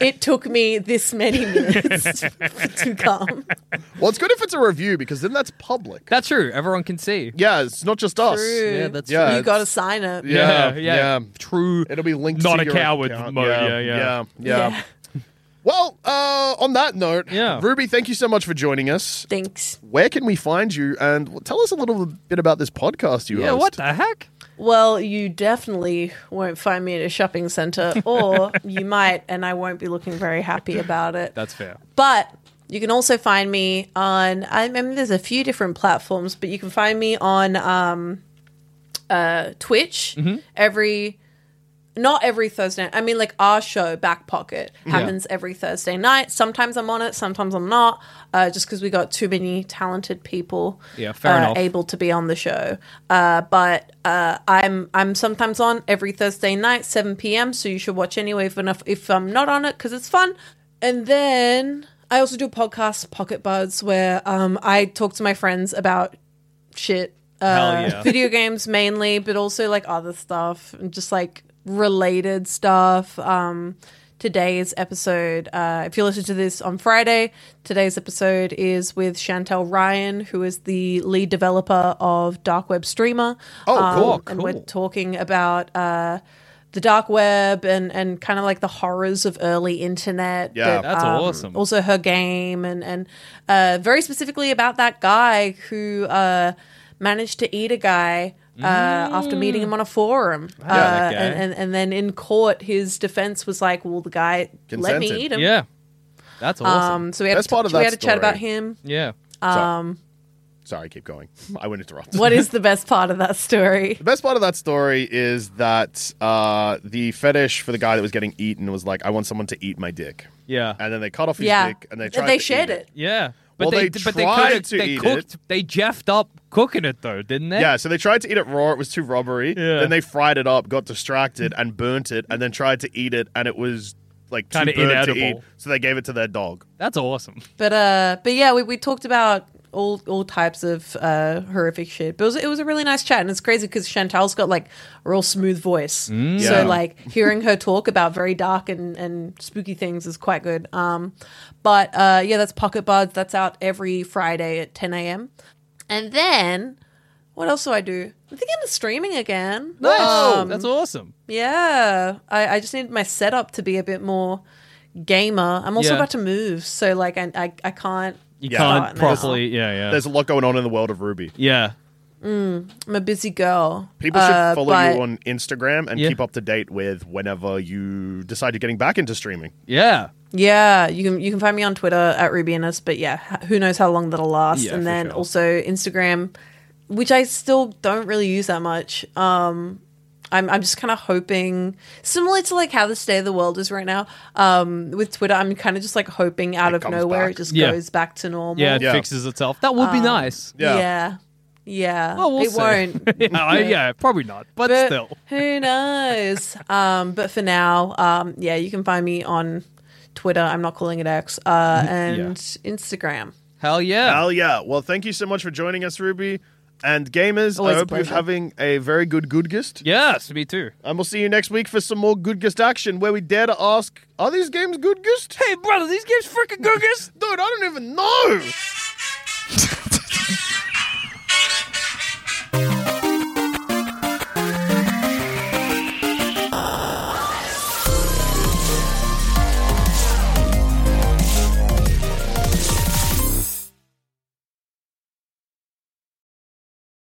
it took me this many minutes to come.
well, it's good if it's a review because then that's public.
That's true. Everyone can see.
yeah, it's not just us.
True.
Yeah, that's
Yeah,
true.
you got to sign it.
Yeah,
Yeah, yeah,
yeah.
True.
It'll be linked.
Not
to
a
your
coward
account.
mode. Yeah, yeah.
yeah, yeah. Well, uh, on that note,
Yeah.
Ruby, thank you so much for joining us.
Thanks.
Where can we find you? And w- tell us a little bit about this podcast you
Yeah,
host.
what the heck?
Well, you definitely won't find me at a shopping center, or you might, and I won't be looking very happy about it.
That's fair.
But you can also find me on. I mean, there's a few different platforms, but you can find me on um, uh, Twitch every. Not every Thursday. I mean, like our show, Back Pocket, happens every Thursday night. Sometimes I'm on it, sometimes I'm not, uh, just because we got too many talented people
Yeah, fair
uh,
enough.
able to be on the show. Uh, but uh, I'm I'm sometimes on every Thursday night, 7 p.m. So you should watch anyway if enough if I'm not on it because it's fun. And then I also do a podcast, Pocket Buds, where um, I talk to my friends about shit, uh,
Hell yeah.
video games mainly, but also like other stuff and just like related stuff. Um, today's episode, uh, if you listen to this on Friday, today's episode is with Chantel Ryan, who is the lead developer of Dark Web Streamer. Um,
Oh, cool,
And we're
cool.
talking about uh, the dark web and and kind of like the horrors of early internet. um,
Yeah.
That's awesome.
Also, her game and and uh, very specifically about that guy who uh, managed to eat a guy. Uh, After meeting him on a forum, uh,
Mm. that guy.
and, and and then in court, his defense was like, "Well, the guy let me
Consented.
eat him."
Yeah. That's awesome.
Um, uh, so we had
Best
to,
part of
we
that
had to chat
story.
about him.
yeah.
Um, sorry, keep going. I wouldn't interrupt.
What is the best part of that story?
The best part of that story is that uh, the fetish for the guy that was getting eaten was like, I want someone to eat my dick.
Yeah.
And then they cut off his
yeah,
dick and they tried to
shared
eat
it.
Yeah. But
Well,
they,
they
but they
tried
cooked,
to
they
eat
cooked, they jeffed up cooking it though, didn't they?
Yeah, so they tried to eat it raw. It was too rubbery.
Yeah.
Then they fried it up, got distracted, and burnt it, and then tried to eat it, and it was like too
Kinda
burnt to eat.
inedible.
So they gave it to their dog.
That's awesome.
But uh, but yeah, we, we talked about all all types of uh, horrific shit. But it was, it was a really nice chat, and it's crazy because Chantal's got like a real smooth voice. So
Yeah.
like hearing her talk about very dark and, and spooky things is quite good. Um, but uh, yeah, that's Pocket Buds. That's out every Friday at ten a.m. And then what else do I do? I think I'm streaming again.
Nice. That's awesome.
Yeah, I, I just need my setup to be a bit more gamer. I'm also
Yeah.
about to move, so like I I, I can't.
You
Yeah.
can't
Oh,
properly. Yeah, yeah.
There's a lot going on in the world of Ruby.
yeah.
I'm a busy girl.
People should
Uh,
follow
but-
you on Instagram and
Yeah.
keep up to date with whenever you decide you're getting back into streaming.
Yeah.
Yeah, you can you can find me on Twitter at Rubianus, but yeah, h- who knows how long that'll last.
Yeah, for
and then
sure.
also Instagram, which I still don't really use that much. Um, I'm I'm just kind of hoping, similar to like how the state of the world is right now. Um, with Twitter, I'm kind of just like hoping out of
comes
nowhere
back.
it just
Yeah.
goes back to normal.
Yeah, it
Yeah.
fixes itself. That would be
Um,
nice.
Yeah.
Yeah. Yeah.
Oh, Well, we'll
it
see.
won't.
yeah, I- yeah, probably not, but,
But
still.
who knows? um, but for now, um, yeah, you can find me on Twitter. I'm not calling it X. Uh, and Instagram.
Hell yeah.
Hell yeah. Well, thank you so much for joining us, Ruby. And gamers,
Always
I
a
hope you're
pleasure.
having a very good Goodgist.
yes, me too.
And we'll see you next week for some more Goodgist action where we dare to ask, are these games Goodgist?
Hey, brother, these games freaking googers.
Dude, I don't even know.